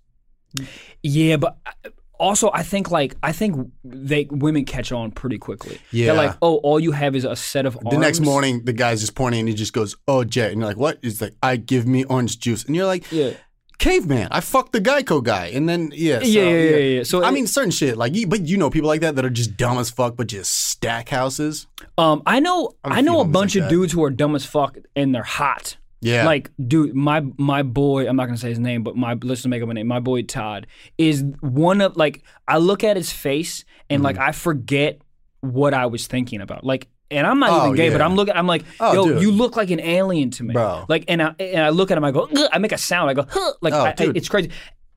A: Yeah, but I- also I think like I think they women catch on pretty quickly.
B: Yeah.
A: They're like, oh, all you have is a set of
B: The next morning, the guy's just pointing and he just goes, "Oh, Jay," and you're like, "What?" He's like, "I give me orange juice," and you're like,
A: Yeah.
B: caveman. I fucked the Geico guy, and then yeah, so,
A: Yeah, yeah, yeah, yeah. So
B: I
A: it-
B: mean, certain shit like, you, but you know, people like that that are just dumb as fuck, but just stack houses.
A: Um, I know
B: a
A: I know
B: few
A: a
B: homies
A: bunch
B: like
A: of
B: that.
A: dudes who are dumb as fuck and they're hot.
B: Yeah,
A: Like, dude, my my boy, I'm not gonna say his name, but my let's just make up a name. My boy Todd is one of like I look at his face and
B: Mm-hmm.
A: like I forget what I was thinking about. Like, and I'm not
B: Oh,
A: even gay, but
B: yeah.
A: I'm looking. I'm like,
B: Oh,
A: yo,
B: dude.
A: you look like an alien to me,
B: Bro.
A: Like, and I and I look at him, I go, "Ugh," I make a sound, I go, huh, like
B: Oh,
A: I- I-
B: dude.
A: it's crazy.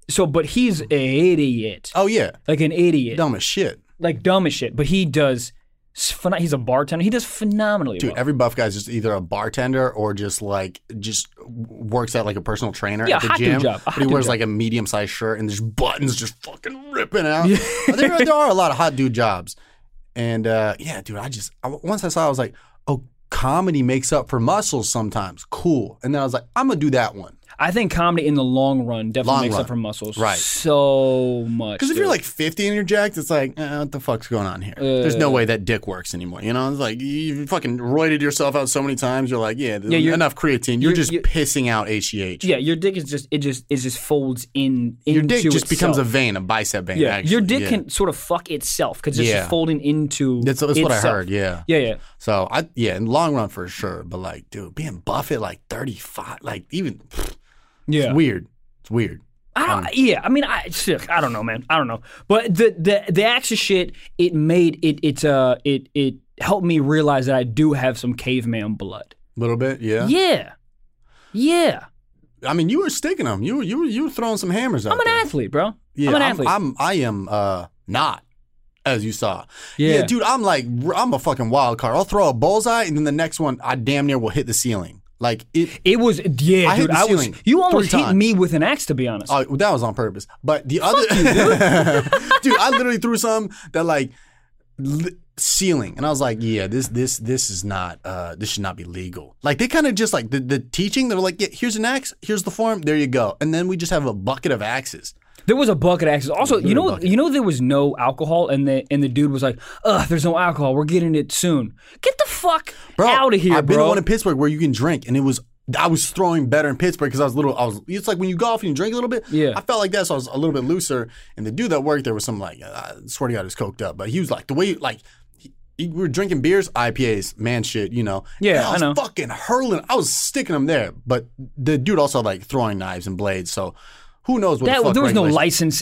A: So, but he's an idiot,
B: oh yeah,
A: like an idiot,
B: dumb as shit,
A: like dumb as shit. But he does. s- phen- He's a bartender. He does phenomenally
B: dude.
A: well.
B: Every buff guy's just either a bartender or just like just works at like a personal trainer
A: Yeah,
B: at the
A: hot dude
B: gym.
A: job, a
B: But
A: hot
B: he
A: dude
B: wears
A: job.
B: like a medium sized shirt and there's buttons just fucking ripping out. there, there are a lot of hot dude jobs, and uh, yeah, dude. I just I, once I saw, it, I was like, oh. Comedy makes up for muscles sometimes. Cool. And then I was like, I'm going to do that one.
A: I think comedy in the long run definitely
B: Long
A: makes
B: run.
A: up for muscles.
B: Right.
A: So much.
B: Because if you're
A: dude.
B: like 50 and you're jacked, it's like, eh, what the fuck's going on here? There's
A: Uh.
B: no way that dick works anymore. You know, it's like you fucking roided yourself out so many times. You're like, yeah,
A: Yeah, you're-
B: enough creatine. You're,
A: you're-
B: just
A: you're-
B: pissing out HGH.
A: Yeah, your dick is just it just it just folds in into
B: your dick just
A: itself.
B: becomes a vein, a bicep vein.
A: yeah.
B: actually.
A: your dick
B: yeah.
A: can sort of fuck itself because it's
B: Yeah.
A: just folding into.
B: That's, that's what I
A: itself.
B: heard. Yeah.
A: Yeah, yeah.
B: So I yeah, in the long run for sure. But like, dude, being buff at like 35, like even pfft,
A: Yeah.
B: weird. Um, It's weird.
A: I don't. yeah, I mean, I shit, I don't know, man. I don't know, but the the the action shit it made it it uh it it helped me realize that I do have some caveman blood.
B: A little bit, yeah.
A: Yeah, yeah.
B: I mean, you were sticking them. You were you were you were throwing some hammers out
A: I'm an
B: there.
A: athlete, bro.
B: Yeah,
A: I'm an
B: I'm,
A: athlete.
B: I'm I am uh not as you saw.
A: Yeah.
B: dude, I'm like I'm a fucking wild card. I'll throw a bullseye and then the next one I damn near will hit the ceiling. Like it
A: It was yeah,
B: I hit
A: dude.
B: the
A: I was.
B: ceiling
A: You almost
B: three
A: hit
B: times.
A: me with an axe, to be honest.
B: oh, that was on purpose. But the other dude. I literally threw some that like li- ceiling and I was like, yeah, this this this is not uh this should not be legal. Like they kind of just like the, the teaching they were like, yeah, here's an axe, here's the form, there you go. And then we just have a bucket of axes.
A: there was a bucket of axes. Also, you know,
B: bucket.
A: you know, there was no alcohol, and the and the dude was like, "Ugh, there's no alcohol. We're getting it soon. Get the fuck
B: bro.
A: out of here,
B: I've been to
A: bro."
B: one in Pittsburgh where you can drink, and it was I was throwing better in Pittsburgh because I was a little. I was. It's like when you golf and you drink a little bit.
A: Yeah.
B: I felt like that, so I was a little bit looser. And the dude that worked there was some like I swear to God, he was coked up, but he was like the way like. he- he- We were drinking beers, IPAs, man, shit, you know.
A: Yeah,
B: And I
A: I
B: was
A: know.
B: fucking hurling. I was sticking them there, but the dude also like throwing knives and blades. So, who knows what? the
A: that,
B: fuck
A: there was no
B: regulations-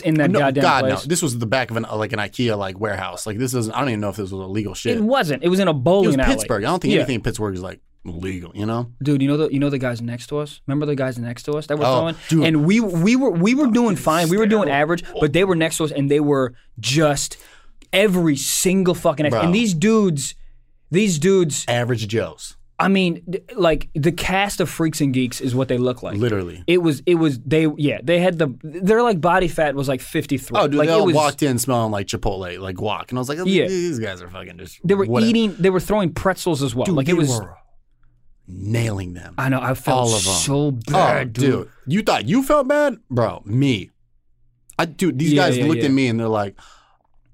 A: license in that
B: No,
A: goddamn
B: God,
A: place.
B: no. This was the back of an like an IKEA like warehouse. Like this is. I don't even know if this was illegal shit.
A: It wasn't. It was in a
B: It was
A: bowling alley.
B: Pittsburgh. I don't think
A: Yeah.
B: anything in Pittsburgh is like legal, you know?
A: dude. You know the you know the guys next to us. Remember the guys next to us that were
B: Oh,
A: throwing.
B: dude.
A: And we we were we were doing fine. We were doing average, but they were next to us, and they were just every single fucking. Axe.
B: Bro.
A: And these dudes, these dudes.
B: Average Joes,
A: I mean, d- like the cast of Freaks and Geeks is what they look like.
B: literally.
A: It was. It was. They. Yeah. They had the. Their like body fat was like fifty three.
B: Oh, dude,
A: like
B: they
A: it
B: all
A: was,
B: walked in smelling like Chipotle, like guac. And I was like,
A: Yeah.
B: these guys are fucking just.
A: They were
B: whatever.
A: eating. They were throwing pretzels as well.
B: Dude,
A: like
B: they
A: it was.
B: were nailing them.
A: I know. I felt
B: all of 'em.
A: so
B: oh,
A: bad,
B: dude. You thought you felt bad? Bro, me. I Dude, these
A: Yeah,
B: guys
A: yeah,
B: looked
A: yeah.
B: at me and they're like,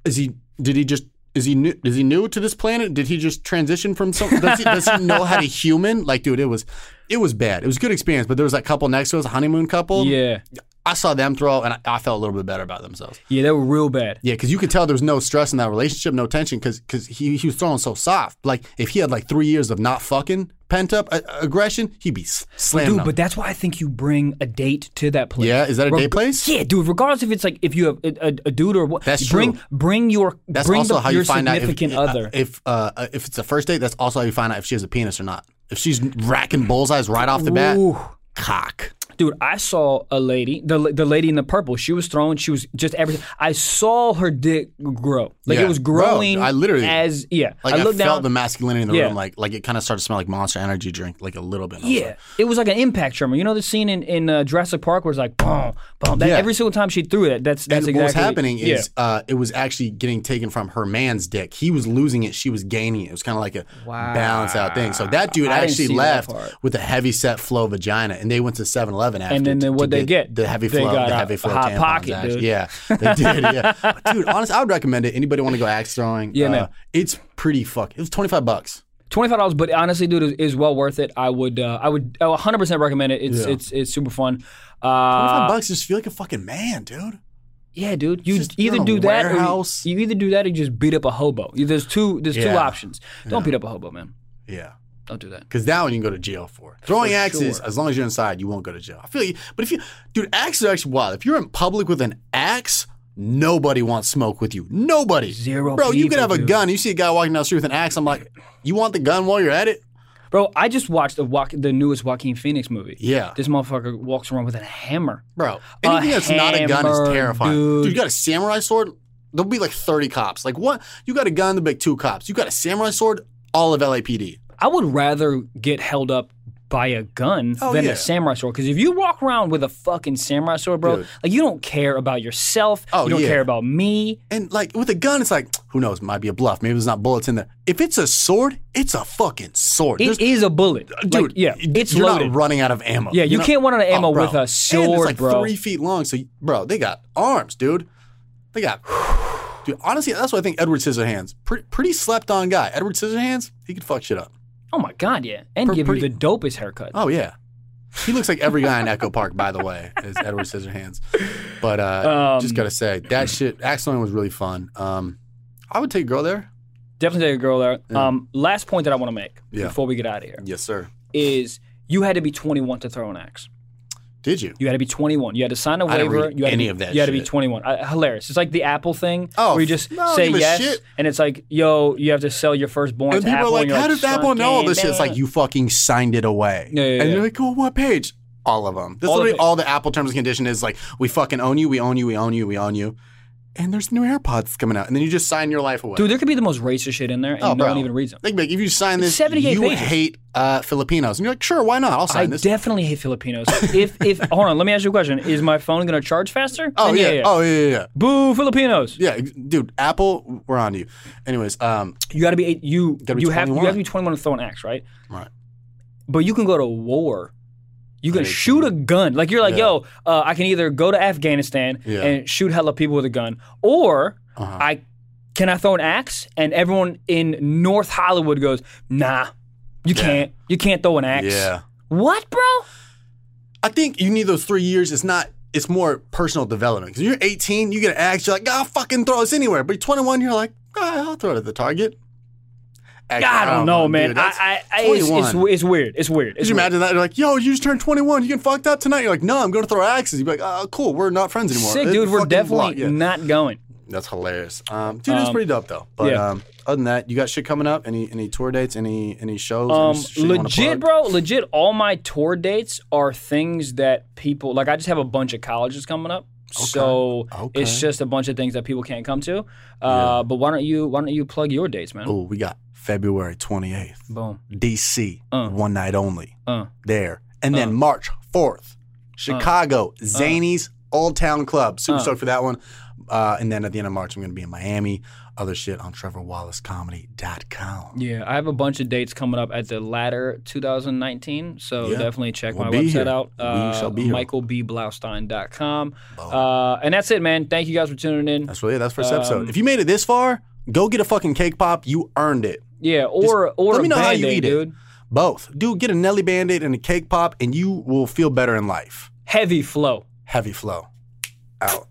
B: is he, did he just. Is he new? Is he new to this planet? Did he just transition from some? Does he, does he know how to human? Like, dude, it was, it was bad. It was a good experience, but there was that couple next to us, a honeymoon couple.
A: Yeah.
B: I saw them throw, and I, I felt a little bit better about themselves.
A: Yeah. They were real bad.
B: Yeah, because you could tell there was no stress in that relationship, no tension, because he he was throwing so soft. Like if he had like three years of not fucking pent up uh, aggression, he'd be s- slamming.
A: Dude,
B: them.
A: but that's why I think you bring a date to that place.
B: yeah, is that a
A: Reg-
B: day place?
A: Yeah, dude. Regardless if it's like if you have a, a, a dude or what,
B: That's
A: bring
B: true.
A: bring your
B: That's
A: bring
B: also
A: the,
B: how
A: your
B: you find out if
A: significant
B: uh,
A: other.
B: if uh, uh, if it's a first date. That's also how you find out if she has a penis or not. If she's racking bullseyes right off the bat,
A: Ooh.
B: cock.
A: Dude, I saw a lady, the the lady in the purple. She was throwing. She was just everything. I saw her dick grow. Like
B: Yeah,
A: it was
B: bro,
A: growing.
B: I literally-
A: as yeah.
B: Like
A: I
B: I, felt
A: looked down.
B: the masculinity in the
A: Yeah.
B: room, like like it kind of started to smell like Monster Energy drink, like a little bit. And I was
A: yeah, it was like an impact tremor. You know the scene in in uh, Jurassic Park where it's like boom, boom. That,
B: Yeah.
A: Every single time she threw it, that's that's
B: and
A: exactly
B: what was happening
A: yeah.
B: is uh, it was actually getting taken from her man's dick. He was losing it, she was gaining it. It was kind of like a balance out thing. So that dude
A: I didn't
B: actually
A: see that
B: left
A: part.
B: with a heavy set flow vagina, and they went to 7 11 after.
A: And then
B: to-
A: then
B: to
A: what'd they get?
B: The heavy
A: They
B: flow.
A: got
B: the
A: a
B: heavy flow
A: Hot
B: tampons,
A: Pocket,
B: actually.
A: dude.
B: Yeah, they did. Yeah, but dude. Honestly, I would recommend it. Anybody want to go axe throwing? uh,
A: Yeah, man.
B: It's pretty fuck. It was 25 bucks.
A: Twenty five dollars, but honestly, dude, is, is well worth it. I would, uh, I would, one hundred percent recommend it. It's,
B: Yeah.
A: it's, it's super fun.
B: 25
A: Uh,
B: bucks. Just feel like a fucking man, dude.
A: yeah, dude, you
B: Just- you're
A: either
B: in a
A: do that, or you,
B: warehouse.
A: you either do that or you just beat up a hobo. You- There's two, there's
B: Yeah.
A: two options. Don't beat up a hobo, man.
B: Yeah.
A: Don't do that.
B: Because that one you can go to jail for. Throwing
A: For
B: axes,
A: sure.
B: as long as you're inside, you won't go to jail. I feel you. But if you, dude, axes are actually wild. If you're in public with an axe, nobody wants smoke with you. Nobody.
A: Zero
B: Bro, you can
A: people,
B: have a
A: dude.
B: gun. You see a guy walking down the street with an axe. I'm like, you want the gun while you're at it?
A: Bro, I just watched the walk, the newest Joaquin Phoenix movie.
B: Yeah.
A: This motherfucker walks around with a hammer.
B: Bro, anything that's not a gun is
A: hammer,
B: terrifying. Dude.
A: dude.
B: you got a samurai sword, there'll be like 30 cops. Like, what? You got a gun, there'll be like two cops. You got a samurai sword, all of LAPD.
A: I would rather get held up by a gun
B: Oh,
A: than
B: yeah.
A: a samurai sword. Because if you walk around with a fucking samurai sword, bro,
B: Dude.
A: like you don't care about yourself.
B: Oh,
A: you don't
B: yeah.
A: care about me.
B: And like with a gun, it's like, who knows? Might be a bluff. Maybe there's not bullets in there. If it's a sword, it's a fucking sword.
A: It is
B: There's-
A: a bullet, Like,
B: dude,
A: yeah,
B: y-
A: it's
B: you're
A: loaded.
B: not running out of ammo.
A: Yeah, you
B: You're not-
A: can't run out of
B: Oh,
A: ammo
B: bro.
A: with a
B: and it's
A: sword,
B: like
A: bro.
B: three feet long. So, you- bro, they got arms, dude. They got, dude. Honestly, that's what I think. Edward Scissorhands, pretty, pretty slept on guy. Edward Scissorhands, he could fuck shit up.
A: oh my god, yeah, and
B: Pre-
A: give
B: pretty-
A: you the dopest haircut.
B: Oh yeah, he looks like every guy in Echo Park, by the way, is Edward Scissorhands. But uh,
A: Um,
B: just gotta say that shit. Axeling was really fun. Um, I would take a girl there.
A: Definitely take a girl there. Um, last point that I want to make
B: Yeah.
A: before we get out of here
B: Yes, sir.
A: is you had to be 21 to throw an axe.
B: Did you?
A: You had to be 21. You had to sign a
B: I didn't
A: waiver.
B: read
A: you had
B: any
A: to be,
B: of that
A: You had to be
B: shit.
A: 21. I, hilarious. It's like the Apple thing
B: Oh,
A: where you just
B: no, I don't
A: say
B: give a
A: yes,
B: shit.
A: and it's like, yo, you have to sell your firstborn
B: And
A: to
B: people
A: Apple.
B: are like,
A: and you're
B: "How did Apple
A: "Son,
B: know all this shit?" It's
A: damn
B: like you fucking signed it away.
A: Yeah, yeah,
B: and
A: yeah.
B: you're like, "Oh, what page?" All of them. That's
A: All the
B: literally
A: pa-
B: all the Apple terms and condition is like, "We fucking own you. We own you. We own you. We own you." And there's new AirPods coming out, and then you just sign your life away.
A: Dude, there could be the most racist shit in there, and
B: Oh,
A: no
B: bro.
A: one even reads them.
B: They can be like, if you sign this,
A: 78
B: you
A: pages.
B: hate uh, Filipinos, and you're like, "Sure, why not? I'll sign
A: I
B: this."
A: definitely hate Filipinos. if if hold on, let me ask you a question: Is my phone gonna charge faster?
B: Oh
A: Then
B: yeah. Oh yeah, yeah, yeah.
A: Boo, Filipinos!
B: Yeah, ex- dude, Apple, we're on to you. Anyways, um,
A: You got to be eight, you
B: Gotta be
A: you have you
B: 21.
A: have to be 21 to throw an axe, right?
B: Right.
A: But you can go to war. You can
B: Right.
A: shoot a gun. Like you're like,
B: Yeah.
A: yo, uh, I can either go to Afghanistan
B: Yeah.
A: and shoot hella people with a gun, or
B: Uh-huh.
A: I can I throw an axe? And everyone in North Hollywood goes, nah, you
B: Yeah.
A: can't. You can't throw an axe.
B: yeah,
A: What, bro?
B: I think you need those three years. It's not. It's more personal development. Because you're 18, you get an axe, you're like, I'll fucking throw this anywhere. But you're 21, you're like, ah, I'll throw it at the target. Actually,
A: I don't know, man.
B: dude, that's
A: I, I, I it's, it's,
B: 21.
A: it's weird. It's weird.
B: Could
A: It's
B: you
A: weird.
B: imagine that? You're like, yo, you just turned 21. You getting fucked up tonight? You're like, no, I'm going to throw axes. You'd be like, oh, cool. We're not friends anymore.
A: Sick,
B: It
A: dude. We're
B: fucking
A: definitely
B: blocked. Yeah.
A: not going.
B: That's hilarious. Um, dude, it's pretty dope though. But
A: yeah.
B: um, other than that, you got shit coming up? Any any tour dates? Any any shows?
A: Um,
B: Any shit you wanna
A: legit,
B: plug?
A: bro. Legit. All my tour dates are things that people like. I just have a bunch of colleges coming up, so
B: Okay.
A: it's just a bunch of things that people can't come to. Uh,
B: Yeah.
A: But why don't you why don't you plug your dates, man?
B: Oh, we got February 28th,
A: Boom.
B: DC,
A: Uh.
B: one night only
A: Uh.
B: there, and then March 4th, Chicago,
A: Uh.
B: Zanies, Old Town Club. Super stoked for that one. Uh, and then at the end of March, I'm going to be in Miami. Other shit on TrevorWallaceComedy.com.
A: Yeah, I have a bunch of dates coming up at the latter 2019, so
B: Yeah.
A: definitely check
B: We'll
A: my
B: be
A: website
B: here.
A: out.
B: We
A: uh,
B: shall be here.
A: MichaelBblaustein.com. Uh, and that's it, man. Thank you guys for tuning in.
B: That's really it. That's first
A: Um.
B: episode. If you made it this far, go get a fucking cake pop. You earned it.
A: yeah, or or
B: let
A: a
B: me know how you
A: Band-Aid,
B: eat it.
A: dude.
B: Both. Dude, get a Nelly Band-Aid and a cake pop, and you will feel better in life.
A: Heavy flow.
B: Heavy flow. Out.